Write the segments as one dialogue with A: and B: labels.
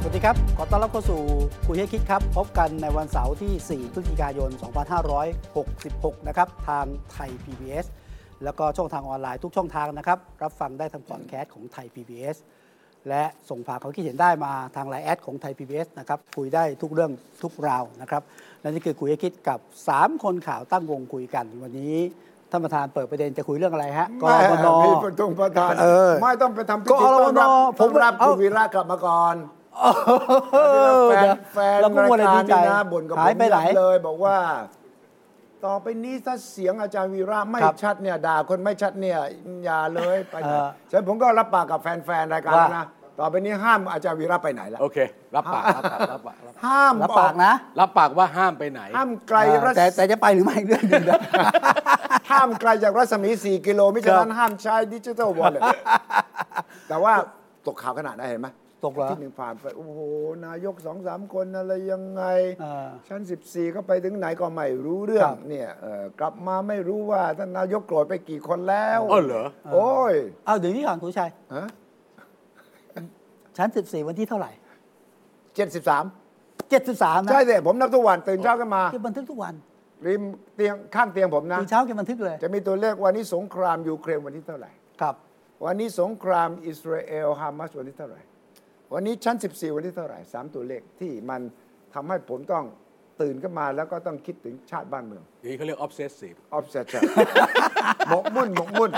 A: สวัสดีครับ ขอต้อนรับเข้าสู่คุยให้คิดครับ พบกันในวันเสาร์ที่ 4 พฤศจิกายน 2566 นะครับ ทางไทย PBS แล้วก็ช่องทางออนไลน์ทุกช่องทางนะครับ รับฟังได้ทางพอดแคสต์ของไทย PBS และส่งผ่านความคิดเห็นได้มาทางไลน์แอดของไทย PBS นะครับ คุยได้ทุกเรื่องทุกราวนะครับ และนี่คือคุยให้คิดกับ 3 คนข่าวตั้งวงคุยกัน วันนี้ท่านประธานเปิดประเด็นจะคุยเรื่องอะไรฮะกรมน
B: พี่ประทงประธาน
A: เออ
B: ไม่ต้องไปทำพิ
A: ก็
B: ธี
A: อรมน
B: ต้อนรับ
A: ผ
B: ผม มรับ
A: เอ้า
B: คุณวีระกลับมาก่อนแฟนแฟน
A: เราก็มัวแต่
B: ราย
A: ดี
B: การ
A: ใจ
B: นี่นะบ่นกับผ
A: หาย
B: ม
A: ไปไหน
B: ยับเลย บอกว่า ต่อไปนี้ถ้าเสียงอาจารย์วีระไม่
A: ครับ
B: ชัดเนี่ยด่าคนไม่ชัดเนี่ยอย่าเลยไปไหน
A: เออ
B: ฉะนันผมก็รับปากกับแฟนๆรายการ
A: ว่า
B: นะต่อไปนี้ห้ามอาจารย์วีระไปไหนละ
C: โอเค รับปาก รับปาก รับปาก รับปาก
B: ห้าม
A: รับปากนะ
C: รับปากว่าห้ามไปไหน
B: ห้ามไกลรัศ
A: แต่แต่จะไปหรือไม่อีกเรื่องหนึงนะ
B: ห้ามไกลจากรัศมี4กิโลมิฉะนั้นห้ามใช้ดิจิทัลวอลเล็ตแต่ว่าตกข่าวขนาดไหนเห็นไหม
A: ตกเหรอ
B: ที่หนึ่งผ่านไป โอ้โห นายกสองสามคนอะไรยังไง
A: เออ
B: ชั้น 14 ก็ไปถึงไหนก็ไม่รู้เรื่อง
A: ครับ
B: เนี่ยเอ่อกลับมาไม่รู้ว่าท่านนายกโกรธไปกี่คนแล้ว
C: อ้าวเหรอ
B: โอ้ย
A: เอาเดี๋ยวนี้ก่อนคุณชัย
B: ฮะ
A: ชั้น 14 วันที่เท่าไหร่
B: เจ็ดสิบสาม
A: 73 นะ
B: ใช่เลยผมนับทุกวันตื่นเช้ากันมา
A: แกบันทึกทุกวัน
B: ริมเตียงข้างเตียงผมนะ
A: ตื่นเช้าแกบันทึกเลย
B: จะมีตัวเลขวันนี้สงครามยูเครนวันที่เท่าไหร่
A: ครับ
B: วันนี้สงครามอิสราเอลฮามาสวันที่เท่าไหร่ วันนี้ชั้น 14 วันที่เท่าไหร่สามตัวเลขที่มันทำให้ผมต้องตื่นขึ้นมาแล้วก็ต้องคิดถึงชาติบ้านเมือง
C: อย่างนี้เขาเรียก obsessive
B: ออฟเซชัน หมกมุ่นหมกมุ่น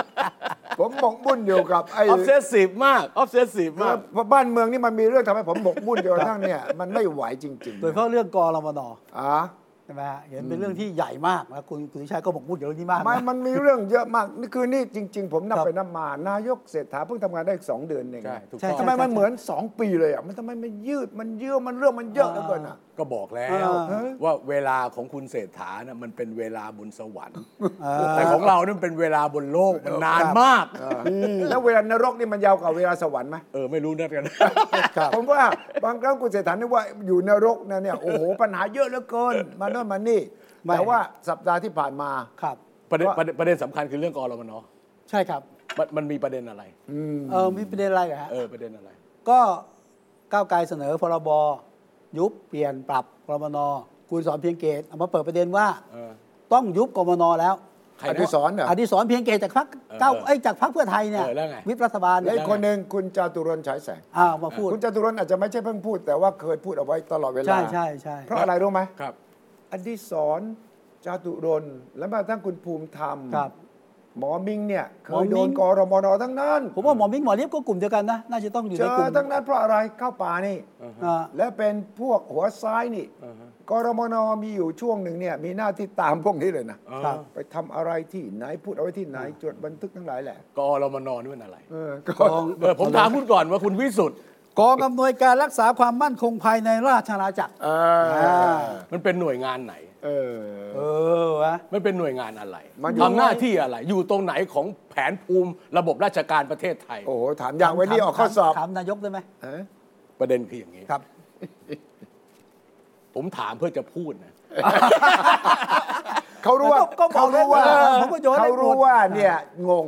B: ผมหมกมุ่นอยู่กับไอ้
C: obsessive มาก obsessive มาก
B: เพราะบ้านเมืองนี่มันมีเรื่องทำให้ผมหมกมุ่นจนกระทั่งเนี่ย มันไม่ไหวจริงๆ
A: โดยเฉพาะเรื่องกรมน
B: อ่ะ
A: ใช่ไหมฮะเห็นเป็นเรื่องที่ใหญ่มากนะคุณคุณชัยก็บอกพูดเดี๋ยวนี้มากนะ
B: มันมันมีเรื่องเยอะมากนี่คือนี่จริง ๆ ผมนับ
A: ครับ
B: ไปนับมานายกเศรษฐาเพิ่งทำงานได้สองเดือนเอง
C: ใช่ถูก
A: ใช่
C: ต้อง
B: ทำไมมันเหมือน 2 ปีเลยอ่ะมันทำไมมันยืดมันเยื่อมันเรื่องมันเยอะเหลือเกินอ่ะ
C: ก็บอกแล้ว
A: เออ
C: ว่าเวลาของคุณเศรษฐาน่ะมันเป็นเวลาบนสวรรค์
A: เออ
C: แต่ของเรานี่มันเป็นเวลาบนโลก มันนานมาก
B: แล้วเวลานรกนี่มันยาวกว่าเวลาสวรรค์ไหม
C: เออ ไม่รู้นัดกัน
B: ผมว่าบางครั้งคุณเศรษฐานึกว่าอยู่นรกนะเนี่ยโอ้โหปัญหาเยอะเหลือเกินมาโน่นมานี่
A: ไม่
B: แต่ว่าสัปดาห์ที่ผ่านมา
A: ครับ
C: ประเด็นประเด็นประเด็นสำคัญคือเรื่องกรมน
A: ใช่ครับ
C: มันมันมีประเด็นอะไร
A: เออมีประเด็นอะไรเหรอฮะ
C: เออ ประเด็นอะไร
A: ก็ก้าวไกลเสนอพรบยุบเปลี่ยนปรับกรมนคุณสอนเพียงเกตเอามาเปิดประเด็นว่า
C: เออ
A: ต้องยุบกรมนแล้ว
C: ใคร
B: อ
C: นะ
B: นุสรณ์เหรอ
A: อดีศรเพียงเกตจากพรรคเก้าว
C: เออ
A: ไอ้ยจากพรรคเพื่อไทยเนี่ย
C: เออแล้วไง
A: วิปรัฐบาล
B: และ
A: เนี่ย
B: อีกคนหนึ่งคุณจาตุรนต์ฉายแสง
A: อ้าวมาพูด
B: คุณจาตุรนต์อาจจะไม่ใช่เพิ่งพูด แต่ว่าเคยพูดเอาไว้ตลอดเวลา
A: ใช่ใช่ใช่
B: เพราะอะไรรู้ไหม
C: ครับ
B: อดิศรณ์จาตุรนต์และแม้กระทั่งคุณภูมิธรรม
A: ครับ
B: หมอมิงเนี่ยเค
A: หมอย มิ่ง
B: โดนกรมนทั้งนั้น
A: ผมว่าหมอมิ้งหมอเลียบก็กลุ่มเดียวกันนะ น่าจะต้องอยู่
B: เจ
A: ใน
B: อก
A: ลุ่ม
B: ทั้งนั้นเพราะอะไรเข้าป่านี่
A: อ่า
B: และเป็นพวกหัวซ้ายนี่
C: อ่าฮะ
B: กรมนมีอยู่ช่วงหนึ่งเนี่ยมีหน้าที่ตามพวกนี้เลยนะ
C: เออ
A: ครับ
B: ไปทำอะไรที่ไหนพูดเอาไว้ที่ไหนจดบันทึกทั้งหลายแหละ
C: กรมนนี่มันอะไร
B: เออก็
A: กอง
C: เออ ผมถามคุณก่อนว่าคุณวิสุทธ์
A: กองอำนวยการรักษาความมั่นคงภายในราชอาณาจักร
B: เอ
A: อ่า
B: อ
C: มันเป็นหน่วยงานไหน
B: เออ
A: เออวะ
C: มันเป็นหน่วยงานอะไร
B: มันอยู่
C: ทำหน้าที่อะไร อยู่ตรงไหนของแผนภูมิระบบราชการประเทศไทย
B: โอ้โหถามยากไว้นี่ออกข้อสอบ
A: ถามนายกได้ไหม
B: เอ๊ะ
C: ประเด็นคืออย่างนี้
A: ครับ
C: ผมถามเพื่อจะพูดนะ
B: เขารู้ว่า
A: ก็ก็บอก
B: เขารู้ว่า
A: ได้ว่าผมก็โยนให้
B: เขารู้
A: หมด
B: ว่าเนี่ยงง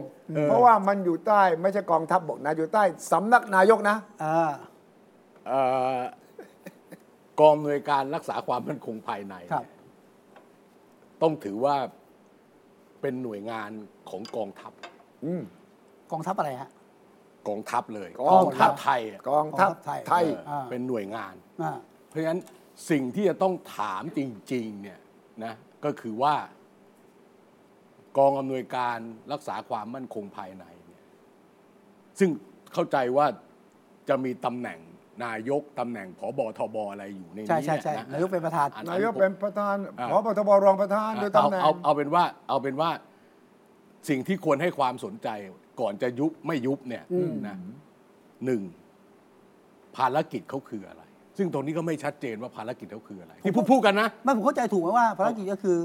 B: เพราะว่ามันอยู่ใต้ไม่ใช่กองทัพบกนะอยู่ใต้สำนักนายกนะ
A: อ่า
C: เอ่อกองอำนวยการรักษาความมั่นคงภายใน
A: ครับ
C: ต้องถือว่าเป็นหน่วยงานของกองทัพ
A: กองทัพอะไรฮะ
C: กองทัพเลย
B: กองทัพ
C: ไทยอะ
B: กองทัพไทย
C: เอออา เป็นหน่วยงาน
A: อ่า
C: เพราะฉะนั้นสิ่งที่จะต้องถามจริง ๆ เนี่ยนะก็คือว่า กองอำนวยการรักษาความมั่นคงภายในเนี่ยซึ่งเข้าใจว่าจะมีตำแหน่งนายกตำแหน่งผบทบอะไรอยู่ในนี้
A: ใช่ใช่ใช่
C: ะ
A: นายกเป็นประธาน
C: อั
B: นายก
C: ผม
B: เป็นประธาน
C: อ่า
B: พบทบรองประธานโดยตำแหน่ง
C: เอาเอาเอาเป็นว่าเอาเป็นว่าสิ่งที่ควรให้ความสนใจ ก่อนจะยุบไม่ยุบเนี่ยนะหนึ่งภารกิจเขาคืออะไร ซึ่งตรงนี้ก็ไม่ชัดเจนว่าภารกิจเขาคืออะไรที่พูดพูดกันนะ
A: ไม่ผมเข้าใจถูกไหมว่าภารกิจก็คือ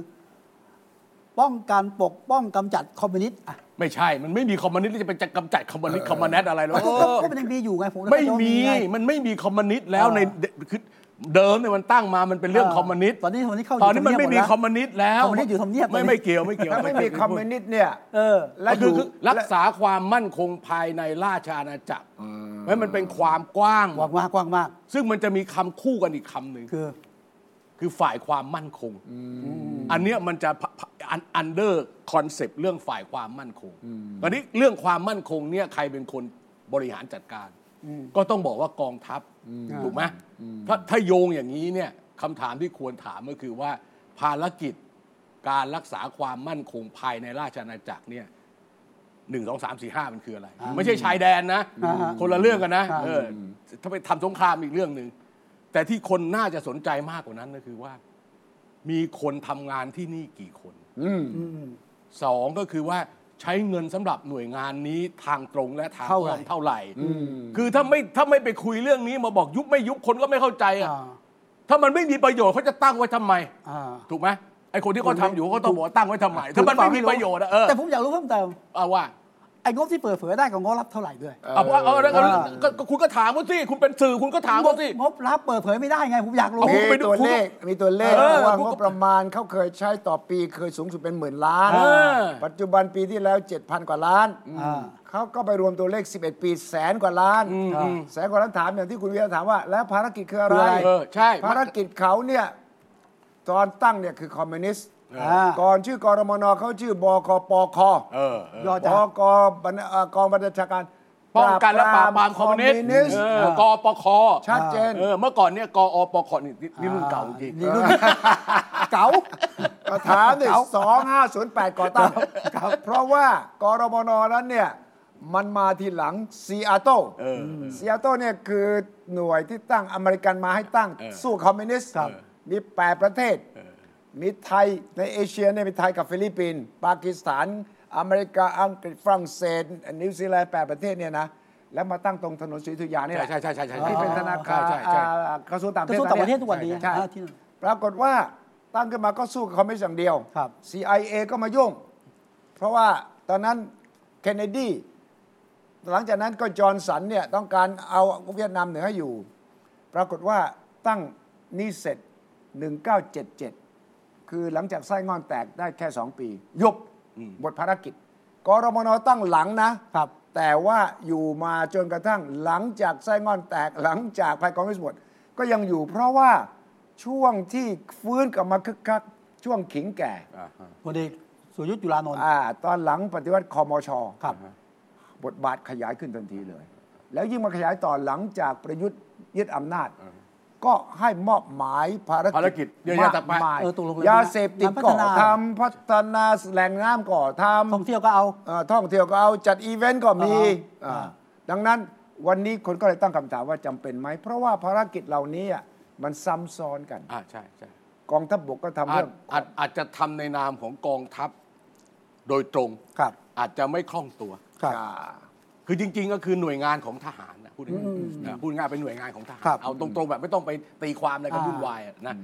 A: ป้องกันปกป้องกำจัดคอมมิวนิสต์อ่ะ
C: ไม่ใช่ มันไม่มีคอมมิวนิสต์ที่จะไปจัดกำจัดคอมมิวนิสต์คอมมิวนิสต์อะไรหรอก
A: ก็ก็ก็มันยังมีอยู่ไงผมก็
C: ไม่
A: เข้าใจว่า
C: มี
A: ไง
C: มันไม่มีคอมมิวนิสต์แล้ว
A: เออ
C: ในคือเดิมเนี่ยมันตั้งมามันเป็นเรื่องคอมมิวนิสต์
A: ตอนนี้ตอนนี้เข้ายู่
C: ตอนนี้มัน
A: ทำเย
C: ไม่
A: บห
C: มี
A: แล้ว
C: คอมมิวนิสต์แล้ว
A: คอมมิวนิสต์อยู่ทำเนียบ
C: ไม่ไม่เกี่ยวไม่เกี่ยว
B: ถ้าไม่มีคอมมิวนิสต์เนี่ย
A: เออ
B: และ
C: คือ
B: ดู
C: คือรักษาความมั่นคงภายในราชอาณาจักรเพราะมันเป็นความกว้าง
A: กว้างมากกว้างมาก
C: ซึ่งมันจะมีคำคู่กันอีกคำหนึ่ง
A: คือ
C: คือฝ่ายความมั่นคง อันเนี้ยมันจะอันเดอร์คอนเซปต์เรื่องฝ่ายความมั่นคง ตอนนี้เรื่องความมั่นคงเนี่ยใครเป็นคนบริหารจัดการ ก็ต้องบอกว่ากองทัพถูกไหมถ้าถ้าโยงอย่างนี้เนี่ยคำถามที่ควรถามก็คือว่าภารกิจการรักษาความมั่นคงภายในราชอาณาจักรเนี่ยหนึ่งสองสามสี่ห้ามันคืออะไร ไม่ใช่ชายแดนนะ
A: อ่าฮะ
C: คนละเรื่องกันนะ
A: อ่า
C: เออถ้าไปทำสงครามอีกเรื่องหนึ่ง แต่ที่คนน่าจะสนใจมากกว่านั้นก็คือว่า มีคนทำงานที่นี่กี่คน
B: อืม
A: อืม
C: สองก็คือว่าใช้เงินสำหรับหน่วยงานนี้ทางตรงและทาง
A: เท่าไหร่
C: อ้อมเท่าไหร่
B: อืม
C: คือถ้าไม่ถ้าไม่ไปคุยเรื่องนี้มาบอกยุบไม่ยุบคนก็ไม่เข้าใจอ่ะ
A: อ่า
C: ถ้ามันไม่มีประโยชน์เขาจะตั้งไว้ทำไม
A: อ่า
C: ถูกไหมไอคนที่เขาทำอยู่เขาก็ต้องบอกว่าตั้งไว้ทำไม ถ้ามันไม่มีประโยชน์อะเออ
A: แต่ผมอยากรู้เพิ่มเติม
C: เอาว่า
A: ไอ้งบที่เปิดเผยได้กับงบรับเท่าไหร่ด้วย
C: เอาว่าเอาแล้วก็
A: เออ
C: ก็ก็คุณก็ถามเขาสิคุณเป็นสื่อคุณก็ถามเขาสิ
A: งบรับเปิดเผยไม่ได้ไงผมอยากรู้
C: เอ
B: มี
C: ไปดู
B: ตัวเลขมีตัวเลข
C: เออ
B: ว่าง
C: คุณก็
B: บประมาณเขาเคยใช้ต่อปีเคยสูงสุดเป็นหมื่นล้าน
C: เออ
B: ปัจจุบันปีที่แล้ว 7,000 กว่าล้าน
A: อ่า
B: เขาก็ไปรวมตัวเลข 11 ปีแสนกว่าล้านแสนกว่าล้านถามอย่างที่คุณวิทยาถามว่า แล้วภารกิจคืออะไร
C: เออใช่
B: ภารกิจเขาเนี่ย ตอนตั้งเนี่ยคือคอมมิวนิสต์
A: อ่า
B: ก่อนชื่อกรมนเขาชื่อบคปค
C: เออเออ
A: ยอด
B: บ
A: จาก
B: กบรรณเอ่อกองบัญชาการ
C: ป้องกันและปราบปรามคอมมิวนิสต์เออกอปค
B: ชัดเจน
C: เออเมื่อก่อนเนี่ยกอปคนี่นี่นี่รุ่นเก่าจริง
A: นี่รุ่นเก่า
B: ก็ถามดิสองห้าศูนย์แปดก่อตั้งเพราะว่ากรมนนั้นเนี่ย มันมาทีหลังซีอาโต
C: เออ
B: ซีอาโตเนี่ยคือหน่วยที่ตั้งอเมริกันมาให้ตั้ง
C: เออ
B: สู้คอมมิวนิสต์
C: ครับ
B: มีแปดประเทศ มีไทยในเอเชียเนี่ยมีไทยกับฟิลิปปินส์ปากีสถาน อเมริกาอังกฤษฝรั่งเศส นิวซีแลนด์แปดประเทศเนี่ยนะ แล้วมาตั้งตรงถนนศรีอยุธยานี่แห
C: ใช่
B: ละ
C: ใช่ใช่ใช่ใช่
B: ที่เป็นธนาคาร
C: ใช่ใช่ใช่
B: อ่ากระทรวงต่างประ
A: ก
B: เท
A: ระทรว
B: ศ
A: งต่างประเทศทุกวันนี้
B: ใช่
A: อ่า
B: ใช่
A: ที่นั่น
B: ปรากฏว่าตั้งขึ้นมาก็สู้กับคอมมิวนิสต์อย่างเดียว
A: ครับ
B: CIA ก็มายุ่ง เพราะว่าตอนนั้นเคนเนดี หลังจากนั้นก็จอห์นสันเนี่ยต้องการเอาเวียดนามเหนือให้อยู่ ปรากฏว่าตั้งนี่เสร็จ 1977 คือหลังจากไส้งอนแตกได้แค่ 2 ปียุบหมดภารกิจกรมนตั้งหลังนะ
A: ครับ
B: แต่ว่าอยู่มาจนกระทั่งหลังจากไส้งอนแตกหลังจากภัยคอมมิวนิสต์หมดก็ยังอยู่เพราะว่าช่วงที่ฟื้นกลับมาคึกคัก ช่วงขิงแก่
A: พลเอกสุรยุทธ์จุลานนท์
B: อ่าตอนหลังปฏิวัติคอมช
A: ครับ
B: บทบาทขยายขึ้นทันทีเลย แล้วยิ่งมาขยายต่อหลังจากประยุทธ์ยึดอำนาจ ก็ให้มอบหมายภาร
C: ภาร
B: กิ
C: กิจเยอะแยะต่างไป
B: มากมาย
A: เออตกลงเลย
B: ยาเสพติดก่อ
A: พัฒนา
B: ทำพัฒนาแหล่งน้ำก่อท
A: ท่องเที่ยวก็เอา
B: ำเอ่อท่องเที่ยวก็เอาจัดอีเวนต์ก็มี
A: อ่า
B: อ่าดังนั้นวันนี้คนก็เลยตั้งคำถามว่าจำเป็นไหม เพราะว่าภารกิจเหล่านี้อ่ะมันซ้ำซ้อนกัน
C: อ่าใช่ใช่
B: กองทัพบกก็ทำ
C: อาจ
B: เรื่อง
C: อาจอาจจะทำในนามของกองทัพโดยตรง
A: ครับ
C: อาจจะไม่คล่องตัว
A: ครับ
C: คือจริง ๆ ก็คือหน่วยงานของทหารนะพูดง่ายๆนะพูดง่ายๆเป็นหน่วยงานของทหาร
A: ครับ
C: เอาตรงๆแบบไม่ต้องไปตีความอะไรกัน
A: อ่า
C: วุ่นวายอะนะ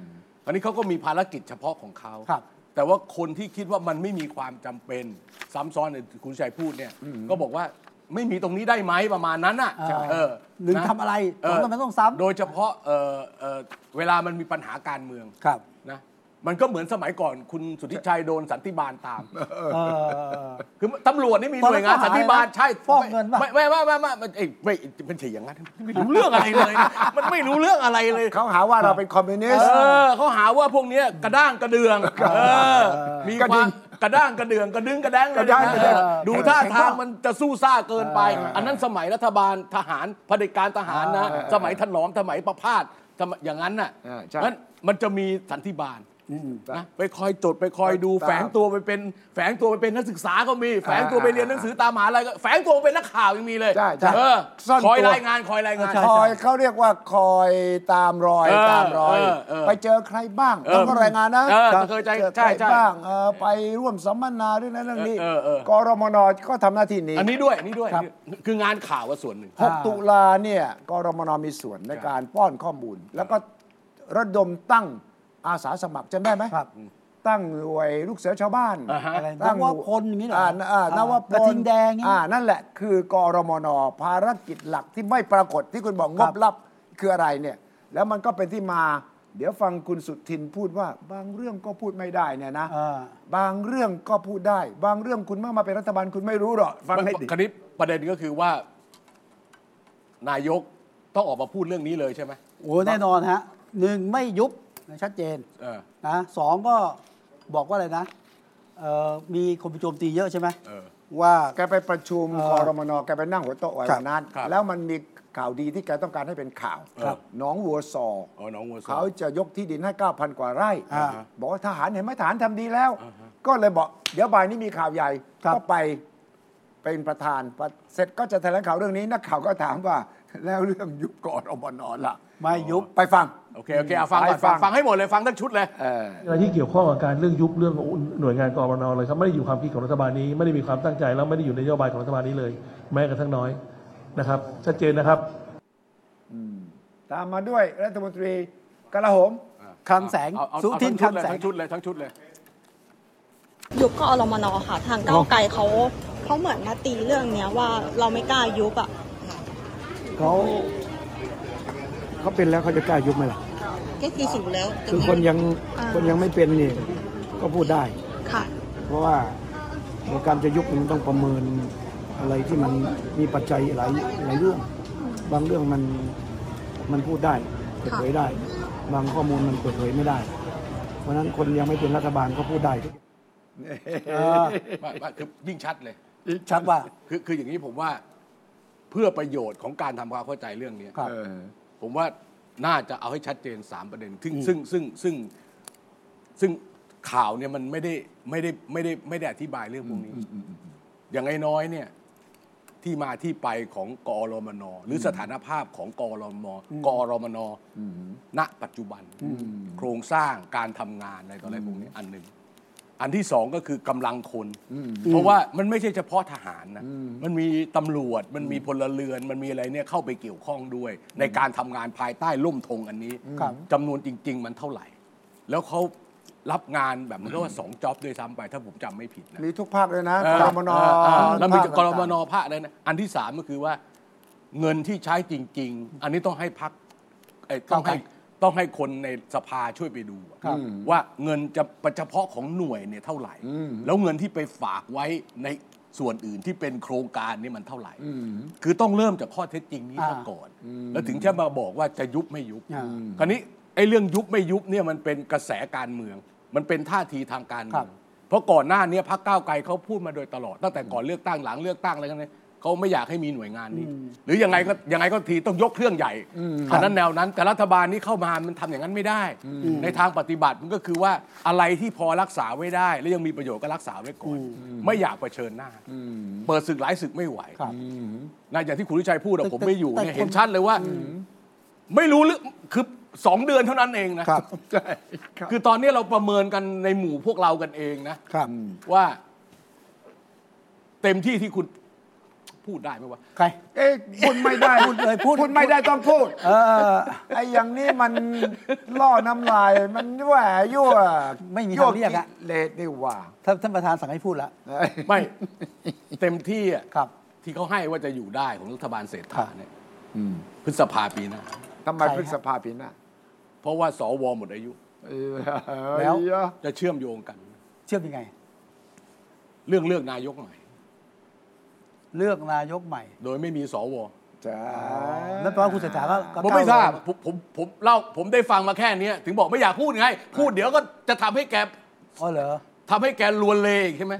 C: อันนี้เขาก็มีภารกิจเฉพาะของเขา
A: ครับ
C: แต่ว่าคนที่คิดว่ามันไม่มีความจำเป็นซ้ำซ้อนเนี่ยคุณชัยพูดเนี่ย ก็บอกว่าไม่มีตรงนี้ได้ไหมประมาณนั้นอ่ะเออ
A: หนึ่ง
C: นะ
A: ทำอะไร
C: เอ
A: สองทำ
C: อ
A: ไมต้องซ้ำ
C: โดยเฉพาะเออเออเวลามันมีปัญหาการเมือง
A: ครับ
C: นะมันก็เหมือนสมัยก่อนคุณสุทธิชัยโดนสันติบาลตาม
A: เออ
C: คือตำรวจนี่มีหน่วยงา
A: ต
C: น
A: อนนั้น
C: สันติบาล
A: เขาหาอะไรนะฟอ
C: ใช่
A: กเงินป่ะ
C: ไม่ไม่ไม่ไม่ไม่ไม่เอ้ยไม่มันเถียงอย่างนั้นไม่รู้เรื่องอะไรเลยนะมันไม่รู้เรื่องอะไรเลย
B: เขาหาว่าเราเป็นคอมมิวนิสต
C: เอ
B: ์
C: อเขาหาว่าพวกเนี้ยกระด้างกระเดืองเออมี
B: กระ
C: ค
B: ดิ่
C: วาม
B: ง
C: กระด้างกระเดืองกระดึงกระแดง
B: กระด้างกระแดง
C: เออดูท่าทางมันจะสู้ซ่าเกินไป อันนั้นสมัยรัฐบาลทหารเผด็จการทหารนะสมัยถนอมสมัยประพาสสมัยอย่างนั้นน่ะ
B: เออใช่
C: นั้นมันจะมีสันติบาล นะไปคอยจดไปคอยดู
B: ครับ
C: แฝงตัวไปเป็นแฝงตัวไปเป็นนักศึกษาก็มี แฝงตัวไปเรียนหนังสือตามมหาลัยก็แฝงตัวเป็นนักข่าวยังมีเลย
B: ใช่ใช่
C: เออ
B: ซ่อนตัว
C: คอยรายงานคอยรายงาน
A: ใช่
B: คอยเขาเรียกว่าคอยตามรอย
C: เออ
B: ตามรอย
C: เออเออ
B: ไปเจอใครบ้าง
C: เออ
B: ต้องก็รายงานนะ
C: เออเคยใจ
B: เจอ
C: ใช่
B: ใคร
C: ใช่
B: บ้างเออไปร่วมสัมมนาเรื่องนั้นเรื่องนี้
C: เออเออเออ
B: กรมนก็ทำหน้าที่นี้
C: อันนี้ด้วยอันนี้ด้วย
B: ครับ
C: คืองานข่าวว่าส่วนหนึ่ง
A: อ่า
B: 6ตุลาเนี่ยกรมนมีส่วนในการป้อนข้อมูล แล้วก็ระดมตั้งอาสาสมัครจำได้ไหม
A: ครับ
B: ตั้งหน่วยลูกเสือชาวบ้าน
C: อ่าฮะ
A: อะไรนั
B: ตั้ง
A: ก
B: ห
A: ว่า
B: มู่
A: พลอย่างนี้เหรอ
B: อ่าอ่า
A: อ่าน
B: วพล
A: กระทิงแดงอย่างนี้
B: อ่านั่นแหละ คือกรมนภารกิจหลักที่ไม่ปรากฏที่คุณบอกง
A: ครับ
B: บลับคืออะไรเนี่ย แล้วมันก็เป็นที่มา เดี๋ยวฟังคุณสุทินพูดว่า บางเรื่องก็พูดไม่ได้เนี่ยนะ
A: อ่า
B: บางเรื่องก็พูดได้ บางเรื่องคุณเมื่อมาเป็นรัฐบาลคุณไม่รู้หรอกฟังให้ดี
C: คราวนี้ประเด็นก็คือว่า นายกต้องออกมาพูดเรื่องนี้เลยใช่ไหม
A: โอ้แน่นอนฮะหนึ่งไม่ยุบนะชัดเจน
C: เออ
A: นะสองก็บอกว่าอะไรนะเอ่อมีคนไปโจมตีเยอะใช่ไหม
C: เออ
A: ว่า
B: แกไปประชุม
A: เอ่อ
B: คอรมนแกไปนั่งหัวโต๊ะไว้
A: ครับ
B: วันนั้น
C: ครับ
B: แล้วมันมีข่าวดีที่แกต้องการให้เป็นข่าว
C: ครับ
B: หน้องวัวซอ
C: อ๋อหนองวัวซอ
B: เขาจะยกที่ดินให้ 9,000 กว่าไร่
A: อ่า
B: บอกว่าทหารเห็นไหมทหารทำดีแล้ว ก็เลยบอก เดี๋ยวบ่ายนี้มีข่าวใหญ่
A: ครับ
B: ก็ไปเป็นประธานประเสร็จก็จะแถลงข่าวเรื่องนี้นักข่าวก็ถามว่า แล้วเรื่องยุบกอรมนล่ะ
A: ไม่ยุบ
B: ไปฟัง
C: โอเคโอเคเอาฟังก่อน
B: ฟั
C: ฟัง
B: ง
C: ฟังให้หมดเลยฟังทั้งชุดเลย
B: เออ
D: อะไรที่เกี่ยวข้องกับการเรื่องยุบเรื่องหน่วยงานกอบนเลยครับไม่ได้อยู่ความคิดของรัฐบาลนี้ไม่ได้มีความตั้งใจแล้วไม่ได้อยู่ในนโยบายของรัฐบาลนี้เลย แม้กระทั่งน้อยนะครับ ชัดเจนนะครับ
B: ตามมาด้วยรัฐมนตรีกลาโหม
A: คลังแสง
C: เอาเอา
A: สุทินคลัง
C: เอา
A: แสง
C: ทั้งชุดเลยทั้งชุดเลย
E: ยุบกอรมนค่ะ ทางก้าวไกลเขาเขาเหมือนมาตีเรื่องเนี้ยว่าเราไม่กล้ายุบอ่ะ
F: เขาเขาเป็นแล้วเขาจะกล้ายุบไหมล่ะ
E: ก็คือสูงแล้วแต่
F: คือคนยัง
E: อ่า
F: คนยังไม่เป็นนี่ก็พูดได้
E: ค่ะ
F: เพราะว่าการจะยุบมันต้องประเมินอะไรที่มันมีปัจจัยหลายหลายเรื่อง บางเรื่องมันมันพูดได้เปิดเผยได้ บางข้อมูลมันเปิดเผยไม่ได้ เพราะฉะนั้นคนยังไม่เป็นรัฐบาลก็พูดได้
A: เออ
C: ว่าว่าคือยิ่งชัดเลย
A: ชัดว่า
C: คือคืออย่างนี้ผมว่าเพื่อประโยชน์ของการทำความเข้าใจเรื่องเนี้ย
A: ครับ
C: ผมว่าน่าจะเอาให้ชัดเจน 3 ประเด็น ซึ่งซึ่งซึ่งซึ่งซึ่งข่าวเนี่ยมันไม่ได้ไม่ได้ไม่ได้ไม่ได้อธิบายเรื่องพวกนี้ อย่างน้อยๆเนี่ยที่มาที่ไปของกอรมน หรือสถานภาพของกอรมกอรมนณปัจจุบัน โครงสร้างการทำงานอะไรต่ออะไรพวกนี้อันหนึ่ง อันที่สองก็คือกำลังคน เพราะว่ามันไม่ใช่เฉพาะทหารนะ มันมีตำรวจ มันมีพลเรือน มันมีอะไรเนี่ยเข้าไปเกี่ยวข้องด้วย ในการทำงานภายใต้ล่มธงอันนี้
A: ครับ
C: จำนวนจริง ๆ มันเท่าไหร่ แล้วเขารับงานแบบเหมันก็ว่าสองจ็อบด้วยซ้ำไป ถ้าผมจำไม่ผิดนะ
B: มีทุกภาคเลยนะ
C: เออก
B: รมน
C: เออเออแล้วมี
B: ภาค
C: ก
B: ต่างๆ
C: รมนภาคเลยนะ อันที่สามก็คือว่าเงินที่ใช้จริง ๆ อันนี้ต้องให้พักต้องให้ต้องให้คนในสภาช่วยไปดูอะ
A: ครับ
C: ว่าเงินจะเฉพาะของหน่วยเนี่ยเท่าไหร่ แล้วเงินที่ไปฝากไว้ในส่วนอื่นที่เป็นโครงการนี่มันเท่าไหร่ คือต้องเริ่มจากข้อเท็จจริงนี้ซะ
A: อ่า
C: ก่อน แล้วถึงจะมาบอกว่าจะยุบไม่ยุบ
A: อ่า
C: คราวนี้ไอ้เรื่องยุบไม่ยุบเนี่ยมันเป็นกระแสการเมือง มันเป็นท่าทีทางการ
A: ค
C: เมื
A: รั
C: อบ งเพราะก่อนหน้าเนี้ยพรรคก้าวไกลเขาพูดมาโดยตลอดตั้งแต่ก่อนเลือกตั้งหลังเลือกตั้งอะไรกันเนี่ยเขาไม่อยากให้มีหน่วยงานนี้ หรือยังไงก็ยังไงก็ทีต้องยกเครื่องใหญ่อันนั้นแนวนั้นแต่รัฐบาลนี้เข้ามามันทำอย่างนั้นไม่ได้ ในทางปฏิบัติมันก็คือว่าอะไรที่พอรักษาไว้ได้ และยังมีประโยชน์ก็รักษาไว้ก่อน ไม่อยากเผชิญหน้าเปิดศึกหลายศึกไม่ไหว
A: ครับ
C: นะอย่างที่คุณวิชัยพูดอะ
A: แต่
C: ผมไม่อยู่เนี่ย
A: แต่คน
C: เห็นชัดเลยว่า ไม่รู้หรือคือสองเดือนเท่านั้นเองนะครับ คือตอนนี้เราประเมินกันในหมู่พวกเรากันเองนะครับ ว่า เต็มที่ที่คุณพูดได้ไหมวะ
A: ใคร
B: เอ๊ะพูดไม่ได้
A: พูดเลยพูด
B: พูดไม่ได้ต้องพูด
A: เออ
B: ไอ้อย่างนี้มันล่อน้ำลายมันแหวยั่ว
A: ไม่มีทางเรียก
B: ว
A: อะ
B: เลดนี่หว่า
A: ท่านท่านประธานสั่งให้พูดแล้ว
C: ไม่ เต็มที่อะ
A: ครับ
C: ที่เขาให้ว่าจะอยู่ได้ของรัฐบาลเศรษฐาเนี่ยพฤษภาปีหน้า
B: ทำไม
A: ใครฮะ
B: พฤษภาปีหน้า
C: เพราะว่าสวหมดอายุ
A: แล้ว
B: เอ้ย
C: จะเชื่อมโยงกัน
A: เชื่อมยังไง
C: เรื่องเลือกนายกใหม่
A: เลือกนายกใหม่
C: โดยไม่มีสว
B: ใช่
A: นั่นแปลว่าคุณเศรษฐาก็ก็
C: ผม
A: ก้ว
C: ไม่ทราบผมผมผมเล่าผมได้ฟังมาแค่เนี้ยถึงบอกไม่อยากพูดไง พูดเดี๋ยวก็จะทำให้แก
A: อ๋อเหรอ
C: ทำให้แกลวนเลอีกใช่ไหม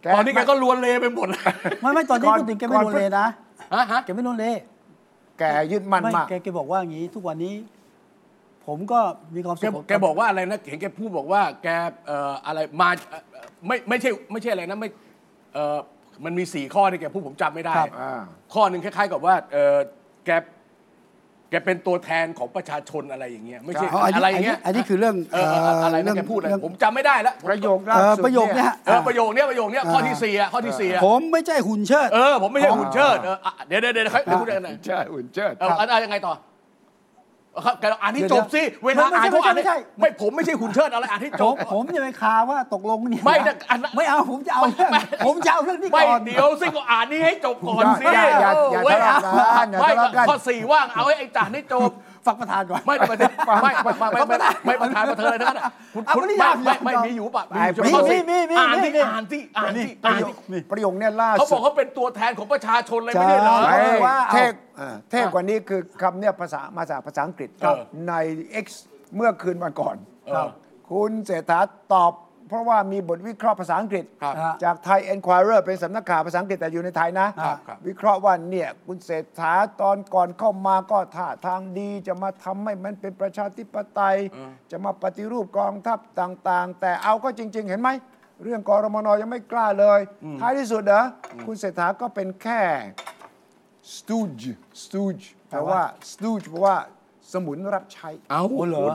B: แ
C: ตอนนี้แกก็ลวนเลไปหมด แล้ว
A: ไม่ไม่ตอนนี้
B: ก่อน
A: คุณติ๋งแก
B: ก่
A: ไม่
B: อน
A: โดนเลยนะ
C: ฮะฮะ
A: แกไม่โดนเลย
B: แกยึดมั่น
A: ไม่
B: มาก
A: แกแกบอกว่าอย่างนี้ทุกวันนี้ ผมก็มีความ
C: แก
A: สุขของ
C: แกบอกว่าอะไรนะเห็นแกพูดบอกว่าแกเอ่ออะไรมาเอ่อไม่ไม่ใช่ไม่ใช่อะไรนะไม่เอ่อมันมีสี่ข้อที่แกพูดผมจำไม่ได้
A: ครับ
B: อ่า
C: ข้อหนึ่งคล้ายๆกับว่าเออแกแกเป็นตัวแทนของประชาชนอะไรอย่างเงี้ยไม่ใช่
A: อ๋ออันนี้
C: อะไรอย่างเงี้ย
A: อันนี้อันนี้คือเรื่อง
C: เออเอออะไร
A: เรื่อ
C: นะ
A: ง
C: แกพูดอะไร
A: เรื่อง
C: ผมจำไม่ได้แล้ว
B: ประโยคล่า
A: เอ่อ
B: สุด
A: ประโยคเนี้ย
C: เออประโยคเนี้ยประโยคเนี้ยข้อที่สี่อะข้อที่สี่อะ
A: ผมไม่ใช่หุ่นเชิด
C: เออผมไม่ใช่หุ่นเชิดเอออ่ะเดี๋ยวเดี๋ยวเดี๋ยวค่อยพูดกันหน่อย
B: ใช่อุ่นเชิด
C: เอออ่ะอ่ะยังไงต่อครับแกอ่านที่จบสิเว
A: เดี๋ยว
C: ลาอ่าน
A: ไม่
C: เขา
A: ใช่
C: อ่าน
A: ไม่
C: ไม่
A: ใช่
C: ไม่ผมไม่ใช่หุ่นเชิดอะไรอ่านที่จ
A: ผ
C: บ
A: มผมจะไปคาว่าตกลงเนี่ย
C: ไม่แต่
A: นะ
C: อันนั้น
A: ไม่เอาผมจะเอาเรื่องผมจะเอาเรื่องนี้
C: ไม่
A: ก่อน
C: เดี๋ยวสิก็อ่านนี้ให้จบก่อนสิ
B: อย่าอย่าอย่า
C: เว้
B: ทะเลาะกันอย่า
C: ไม่
B: ทะเลาะกัน
C: ข้อสี่ว่างเอาให้ไอ้จ่าให้จบ
A: ฟังประธานก่อน
C: ไม่ประเทศไม่ไม่ไม่ไม่ไม่ไม่ประธานประเทศเลยนะคุณคุณไม่ไม่ไม่มีอยู่ปะ
A: มีมีมีมี
C: อ่าน
A: มี
C: ที่
A: มี
C: อ่านที่อ่านที่
B: ป
C: อ่า
B: ระ
C: น
B: โยค
C: ที่
B: ประโยคเนี้ยล่า
C: เขาบ
B: สุ
C: อก
B: ด
C: เขาเป็นตัวแทนของประชาชนเลยไม่ได้เหรอ
A: ใช่
B: เอ้ย
A: ว่าเอา
B: เทพอ่าเทพกว่านี้คือคำเนี่ยภาษามาจากภาษาอังกฤษ
C: ครับ
B: ใน X เมื่อคืนวันก่อน
C: ครับ
B: คุณเศรษฐาตอบ เพราะว่ามีบทวิเคราะห์ภาษาอังกฤษ
C: ครับ
B: จากไทย Enquirer เป็นสำนักข่าวภาษาอังกฤษแต่อยู่ในไทยนะ
C: ครับครับ
B: วิเคราะห์ว่าเนี่ยคุณเศรษฐาตอนก่อนเข้ามาก็ท่าทางดีจะมาทำให้มันเป็นประชาธิปไตย จะมาปฏิรูปกองทัพต่างๆ แต่เอาก็จริง ๆ เห็นไหม เรื่องกรมนยังไม่กล้าเลย ท้ายที่สุดเหรออคุณเศรษฐาก็เป็นแค่ stooge stooge แปลว่า stooge แปลว่าสมุนรับใช้
C: เอ้า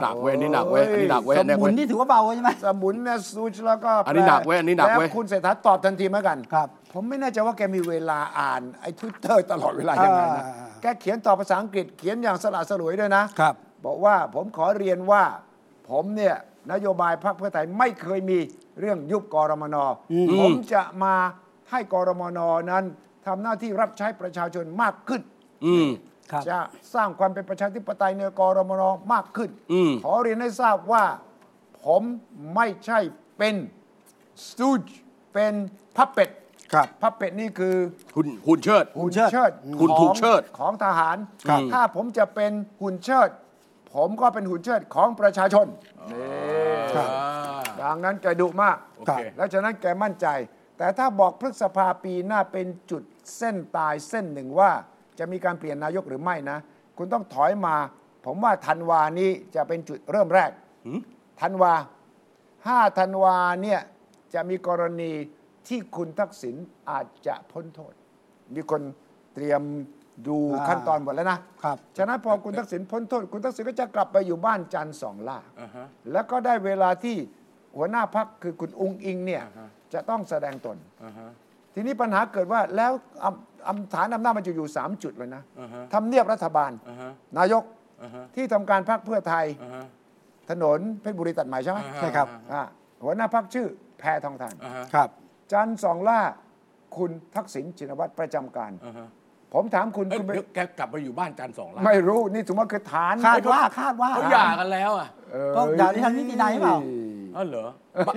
C: หนักเว้ยนี่หนักเว้ยอันนี้หนักเว้ย
A: ส
C: อันนี้หนัก
A: มุ
C: เว้
A: น
C: ย
A: นี่ถือว่าเบาใช่ไหม
B: สมุนนะซูชแล้วก็แปล
C: อันนี้หนักเว้ยอันนี้หนักเว้ย
B: แล้วคุณเศรษฐาตอบทันทีเหมือนกัน
A: ครับ
B: ผมไม่แน่ใจว่าแกมีเวลาอ่านไอ้ทวิตเตอร์ตลอดเวลายังไงนะ
A: อ่า
B: แกเขียนตอบภาษาอังกฤษเขียนอย่างสละสลวยด้วยนะ
A: ครับ
B: บอกว่าผมขอเรียนว่า ผมเนี่ยนโยบายพรรคเพื่อไทยไม่เคยมีเรื่องยุบกรมน ผมจะมาให้กรมนนั้นทำหน้าที่รับใช้ประชาชนมากขึ้น
C: อืม
A: ครับ
B: จะสร้างความเป็นประชาธิปไตยในกรมนมากขึ้น
C: อืม
B: ขอเรียนให้ทราบว่า ผมไม่ใช่เป็นสตูจเป็นพับเป็ด
A: ครับ
B: พับเป็ดนี่คือ
C: หุ่นหุ่นเชิด
A: หุ่นเชิด
C: หุ่นถูกเชิด
B: ของของทหาร
C: ครับ
B: ถ้าผมจะเป็นหุ่นเชิด ผมก็เป็นหุ่นเชิดของประชาชน
C: อ่า
B: ดังนั้นแกดุมาก
C: โอ
A: ครับ
C: เค
B: แล้วฉะนั้นแกมั่นใจ แต่ถ้าบอกพฤษภาปีหน้าเป็นจุดเส้นตายเส้นหนึ่งว่าจะมีการเปลี่ยนนายกหรือไม่นะ คุณต้องถอยมา ผมว่าธันวานี้จะเป็นจุดเริ่มแรกธันวาห้าธันวาเนี่ยจะมีกรณีที่คุณทักษิณอาจจะพ้นโทษ มีคนเตรียมดู
A: อ่า
B: ขั้นตอนหมดแล้วนะครับ ฉะนั้นพอคุณทักษิณพ้นโทษ คุณทักษิณก็จะกลับไปอยู่บ้านจันทร์สองล่า แล้วก็ได้เวลาที่หัวหน้าพักคือคุณอุงอิงเนี่ยจะต้องแสดงตน ทีนี้ปัญหาเกิดว่าแล้วอำอำฐานอำนาจมันจะอยู่ 3 จุดเลยนะทำเนียบรัฐบาล นายกที่ทำการพักเพื่อไทย ถนนเพชรบุรีตัดใหม่ใช่ไหม
A: ใช่ครับ
B: อ่าหัวหน้าพักชื่อแพทองทาน
A: ครับ
B: จันทร์สองล่าคุณทักษิณชินวัตรประจำการ ผมถามคุณ
C: เอ้ย
B: คุณไม่
C: เดี๋ยวแกกลับมาอยู่บ้านจันทร์สองล้าน
B: ไม่รู้นี่ถือว่าคือฐาน
A: คาดว่าคาดว่า
C: เขาหย่ากันแล้วอ่ะ
B: เอ้ย
A: ก็ด่าที่ทางนิตินัยเปล่า
C: อ๋อเหรอ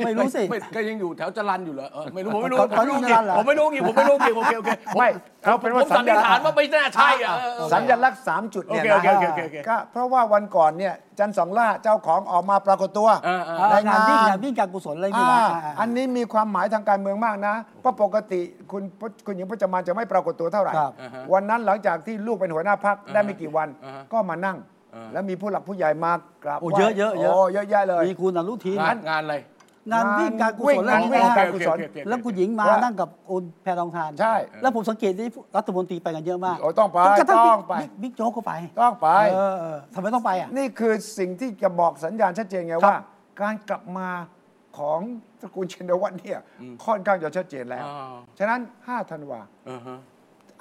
A: ไม่รู้สิ
C: แกยังอยู่แถวจรันอยู่เหรอเออไม่รู้ผมไม่รู้
A: เขา
C: ผม
A: เขาอ
C: ไม่รู้
A: ยู่
C: จริ
A: จรั
C: ง
A: ญเหรอ
C: ผมไม่รู้จริงผมไม่รู้จริงโอเคโอเคผ
B: ไม่เอาเป็นว่า
C: ผมสันนิษฐานว่าไม่น่าใช่อ่ะเออเออ
B: สัญลักษณ์สามจุดเนี่ย
C: โอ
B: นะ
C: เคโอเคโอเคโอเค
B: ก็เพราะว่าวันก่อนเนี่ยจันทร์สองล่าเจ้าของออกมาปรากฏตัว
C: เออเออ
A: ราร
B: าย
A: งาง
B: ยาน
A: วิ่งงาน
B: น
A: วิ่งการกุศลอะไรนี่
B: อ่า
A: นะ
B: อันนี้มีความหมายทางการเมืองมากนะเพราะปกติคุณคุณหญิงพจมานจะไม่ปรากฏตัวเท่าไหร่
A: ครับ
B: วันนั้นหลังจากที่ลูกเป็นหัวหน้าพักได้ไม่กี่วันก็มานั่ง แล้วมีผู้หลักผู้ใหญ่มากราบ
A: โอ้
B: ไหว้
A: เยอะเยอะเยอะ
B: โอ้เยอะแยะเลย
A: มีคุณอนุทิน
C: งานงานอะไร
A: งานวิ่งการกุศลอะไร
B: งาน
A: นี่
B: วิ่ง
A: นะ
B: งานการ
C: โอ
B: กุศ
C: เคโอ
B: ล
C: เคโอเค
A: แล้วคุณหญิงมา
B: ว่า
A: นั่งกับคุณแพรทองทาน
B: ใช่
A: แล้วผมสังเกตที่รัฐมนตรีไปกันเยอะมาก
B: โอ้ต้องไป
A: จนกระทั่
B: ต้องไป
A: บิ๊กบิ๊กโจ๊กก็ไป
B: ต้องไป
A: เออเออทำไมต้องไปอ่ะ
B: นี่คือสิ่งที่จะบอกสัญญาณชัดเจนไงว่า การกลับมาของตระกูลชินวัตรเนี่ยค่อนข้างจะชัดเจนแล้ว
C: อ๋อ
B: ฉะนั้น 5 ธันวา
C: อ่าฮะ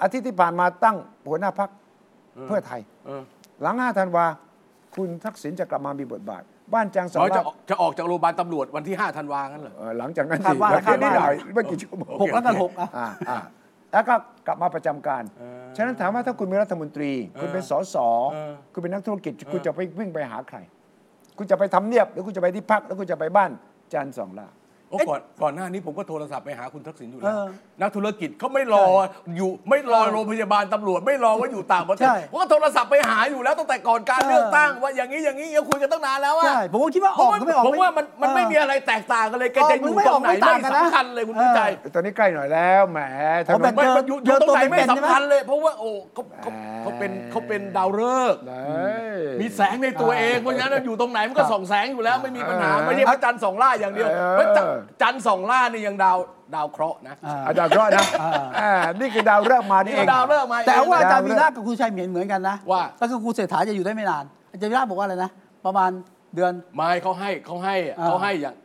B: อาทิตย์ที่ผ่านมาตั้งหัวหน้าพักเพื่อไทย
C: เออ
B: หลัง 5 ธันวา คุณทักษิณจะกลับมามีบทบาท บ้านจังสอง
C: อ๋อจะ
B: ลาด
C: จะออกจากโรงพยาบาลตำรวจวันที่ 5 ธันวางั้นเหรอ
B: เอ่อหลังจากนั้น
A: คาดว่า
B: อีก
A: คาดว่า
B: นิดหน่อยไม่กี่ชั่วโมง
A: หกแล้วกันหกอ่ะ
B: อ่าอ่าแล้วก็กลับมาประจำการ ฉะนั้นถามว่าถ้าคุณเป็นรัฐมนตรี คุณเป็นสส
C: เออ
B: คุณเป็นนักธุรกิจคุณจะไปวิ่งไปหาใคร คุณจะไปทำเนียบหรือคุณจะไปที่พักแล้วคุณจะไปบ้านจันทร์สองล่า
C: โอ้ก่อนก่อนหน้านี้ผมก็โทรศัพท์ไปหาคุณทักษิณอยู่แล้
A: เอ
C: ว
A: อ
C: นักธุรกิจเขาไม่รออยู่ไม่รอโรงพยาบาลตำรวจ ไม่รอว่าอยู่ต่างประเทศ
A: ใช่
C: ผมก็โทรศัพท์ไปหาอยู่แล้วตั้งแต่ก่อนการ
A: เออ
C: เลือกตั้งว่าอย่างนี้อย่างนี้เราคุยกันตั้งนานแล้วอะ
A: ใช่ผมก็คิดว่าอ
C: ผ
A: อ
C: ม
A: ก
C: ว่า
A: ก็ไม่ออก
C: ผมว่ามันมันไม่
A: เออ
C: มีอะไรแตกต่างกันเลยแก
A: ออก
C: จะอยู่
A: หรือไม่
C: ตร
A: ออก
C: งไหน
A: ไม่ต่างกันนะ
C: ไม่สำคัญเลยคุณ
A: เออ
C: วิจัย
B: ตอนนี้ใกล้หน่อยแล้วแหมถน
A: อ๋อแบ
B: น
A: บ
C: มัน
A: เจอ
C: มันอยู่อ
A: เจ
C: ยู่
A: อ
C: ตรงไหน
A: ตัวเป็นๆ
C: ไม่สำคัญ
A: ใช่ไหม
C: เลย เพราะว่าโอ้เขาเขาเขาเป็นเขาเป็นดาวฤกษ์
B: ได้
C: มีแสงในตัวเองเพราะฉะนั้นอยู่ตรงไหนมันก็ส่องแสงอยู่แล้วไม่มีปัญหาไม่ใช่พระจันทร์สองล่าอย่างเดียว
B: เออ
C: พระจันทร์จันทร์สองล่านี่ยังดาวดาวเคราะห์นะ
A: อ่า
B: อ่ะดาวเคราะห์นะ
A: อ่า
B: อ่านี่คือดาวฤกษ์มานี่
C: นี่
B: เอง
C: ดาวเลิกมาเอง
A: แต่ว่าอาจารย์วีระกับครูชัยเหมือนเหมือนกันนะ
C: ว่า
A: แล้วก็ครูเศรษฐาจะอยู่ได้ไม่นานอาจารย์วีระบอกว่าอะไรนะประมาณเดือน
C: ไม่เขาให้เขาให้อะ
A: อ่า
C: เขาให้อย่าง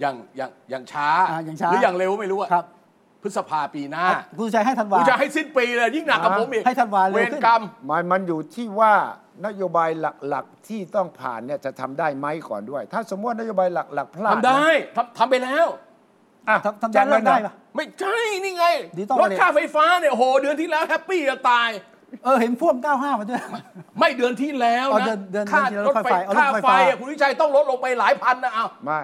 C: อย่างอย่างอย่างช้า
A: อ่าอย่างช้า
C: หรืออย่างเร็วไม่รู้อะ
A: ครับ
C: พฤษภาปีหน้า
A: ครูชัยให้ธันวา
C: กูจะให้สิ้นปีเลยยิ่งหนักกับผมอีก
A: ให้ธันวาเร็ว
C: เว
A: ขึ้น
C: รกรรม
B: มันมันอยู่ที่ว่านโยบายหลักๆที่ต้องผ่านเนี่ยจะทำได้ไหมก่อนด้วย ถ้าสมมติว่านโยบายหลักๆพลาด
C: ทำได้ทำทำไปแล้ว
B: อ่ะ
A: ทำทำได้เริ่มได้ปะ
C: ไม่ใช่นี่ไง
A: ดิจิตอล
C: ร
A: วอล
C: ถ
A: เล็ต
C: ค่าไฟฟ้าเนี่ยโหเดือนที่แล้วแฮปปี้จะตาย
A: เออเห็นพ่วง95มาด้วย
C: ไม่เดือนที่แล้ว
A: อ๋อ
C: นะ
A: เดือนเดือน
C: ค่า
A: เดือนที่ร
C: รถ
A: ถ
C: ไฟ
A: ไฟเอารถ
C: ค่า
A: ไฟ
C: ไฟ
A: ฟ้า
C: อะคุณวิชัยต้องลดลงไปหลายพันนะเอา
B: ไม่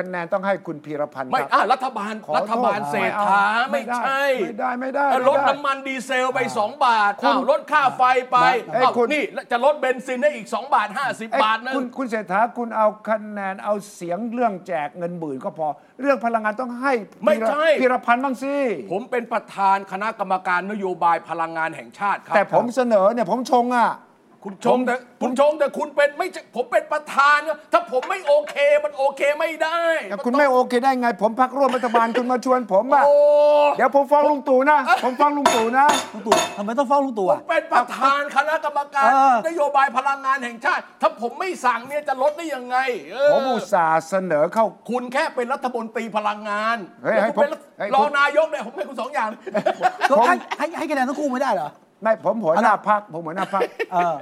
B: คะแนนต้องให้คุณพีรพันธ์
C: ไม่
B: ครับ
C: อ่ะรัฐบาล
B: ขอ
C: รัฐบาล
B: โทษ
C: เศรษฐาไม่
B: ด้
C: ใช่
B: ไม่ได้ไม่ได้
C: เออ
B: ไม่
C: ล
B: ได้
C: ดน้ำมันดีเซลไป 2 บาทอ้าวลดค่าไฟไป
B: เอ้ย
C: อ้าว
B: คุณ
C: นี่จะลดเบนซินได้อีก 2 บาท 50
B: เอ้ย
C: บาทนึ
B: คุ
C: ง
B: ณคุณเศรษฐาคุณเอาคะแนนเอาเสียงเรื่องแจกเงินหมื่นก็พอ เรื่องพลังงานต้องให้
C: ไม่ใช่
B: พีรพันธ์บ้างสิ
C: ผมเป็นประธานคณะกรรมการนโยบายพลังงานแห่งชาติครับ
B: แต่ผมเสนอเนี่ยผมชงอ่ะ
C: คุณชงแต่คุณชงแต่คุณเป็นไม่ใช่ผมเป็นประธานนะถ้าผมไม่โอเคมันโอเคไม่ได้
B: แต่คุณไม่โอเคได้ไง ผมพักร่วมรัฐบาล คุณมาชวนผมอ่ะ
C: โอ้
B: เดี๋ยวผมฟ้องลุงตู่นะ ผมฟ้องลุงตู่นะ
A: ลุงตู่ทำไมต้องฟ้องลุงตู่
C: ผม
A: อ่ะ
C: เป็นประธานคณะกรรมการ
A: เออ
C: นโยบายพลังงานแห่งชาติ ถ้าผมไม่สั่งเนี่ยจะลดได้ยังไงเออ
B: ผมอุตส่าห์เสนอเข้า
C: คุณแค่เป็นรัฐมนตรีพลังงาน
B: เฮ้ย
C: แล้ว
B: ให้
C: คุณเป็น
B: ผมให้ผม
C: รองนายกเนี่ยผมให้คุณสองอย่าง
A: ก็ให้ให้ให้คะแนนทั้งคู่ไม่ได้เหรอ
B: ไม่ผมหัวหน้าพักผมหัวหน้าพัก
A: เออ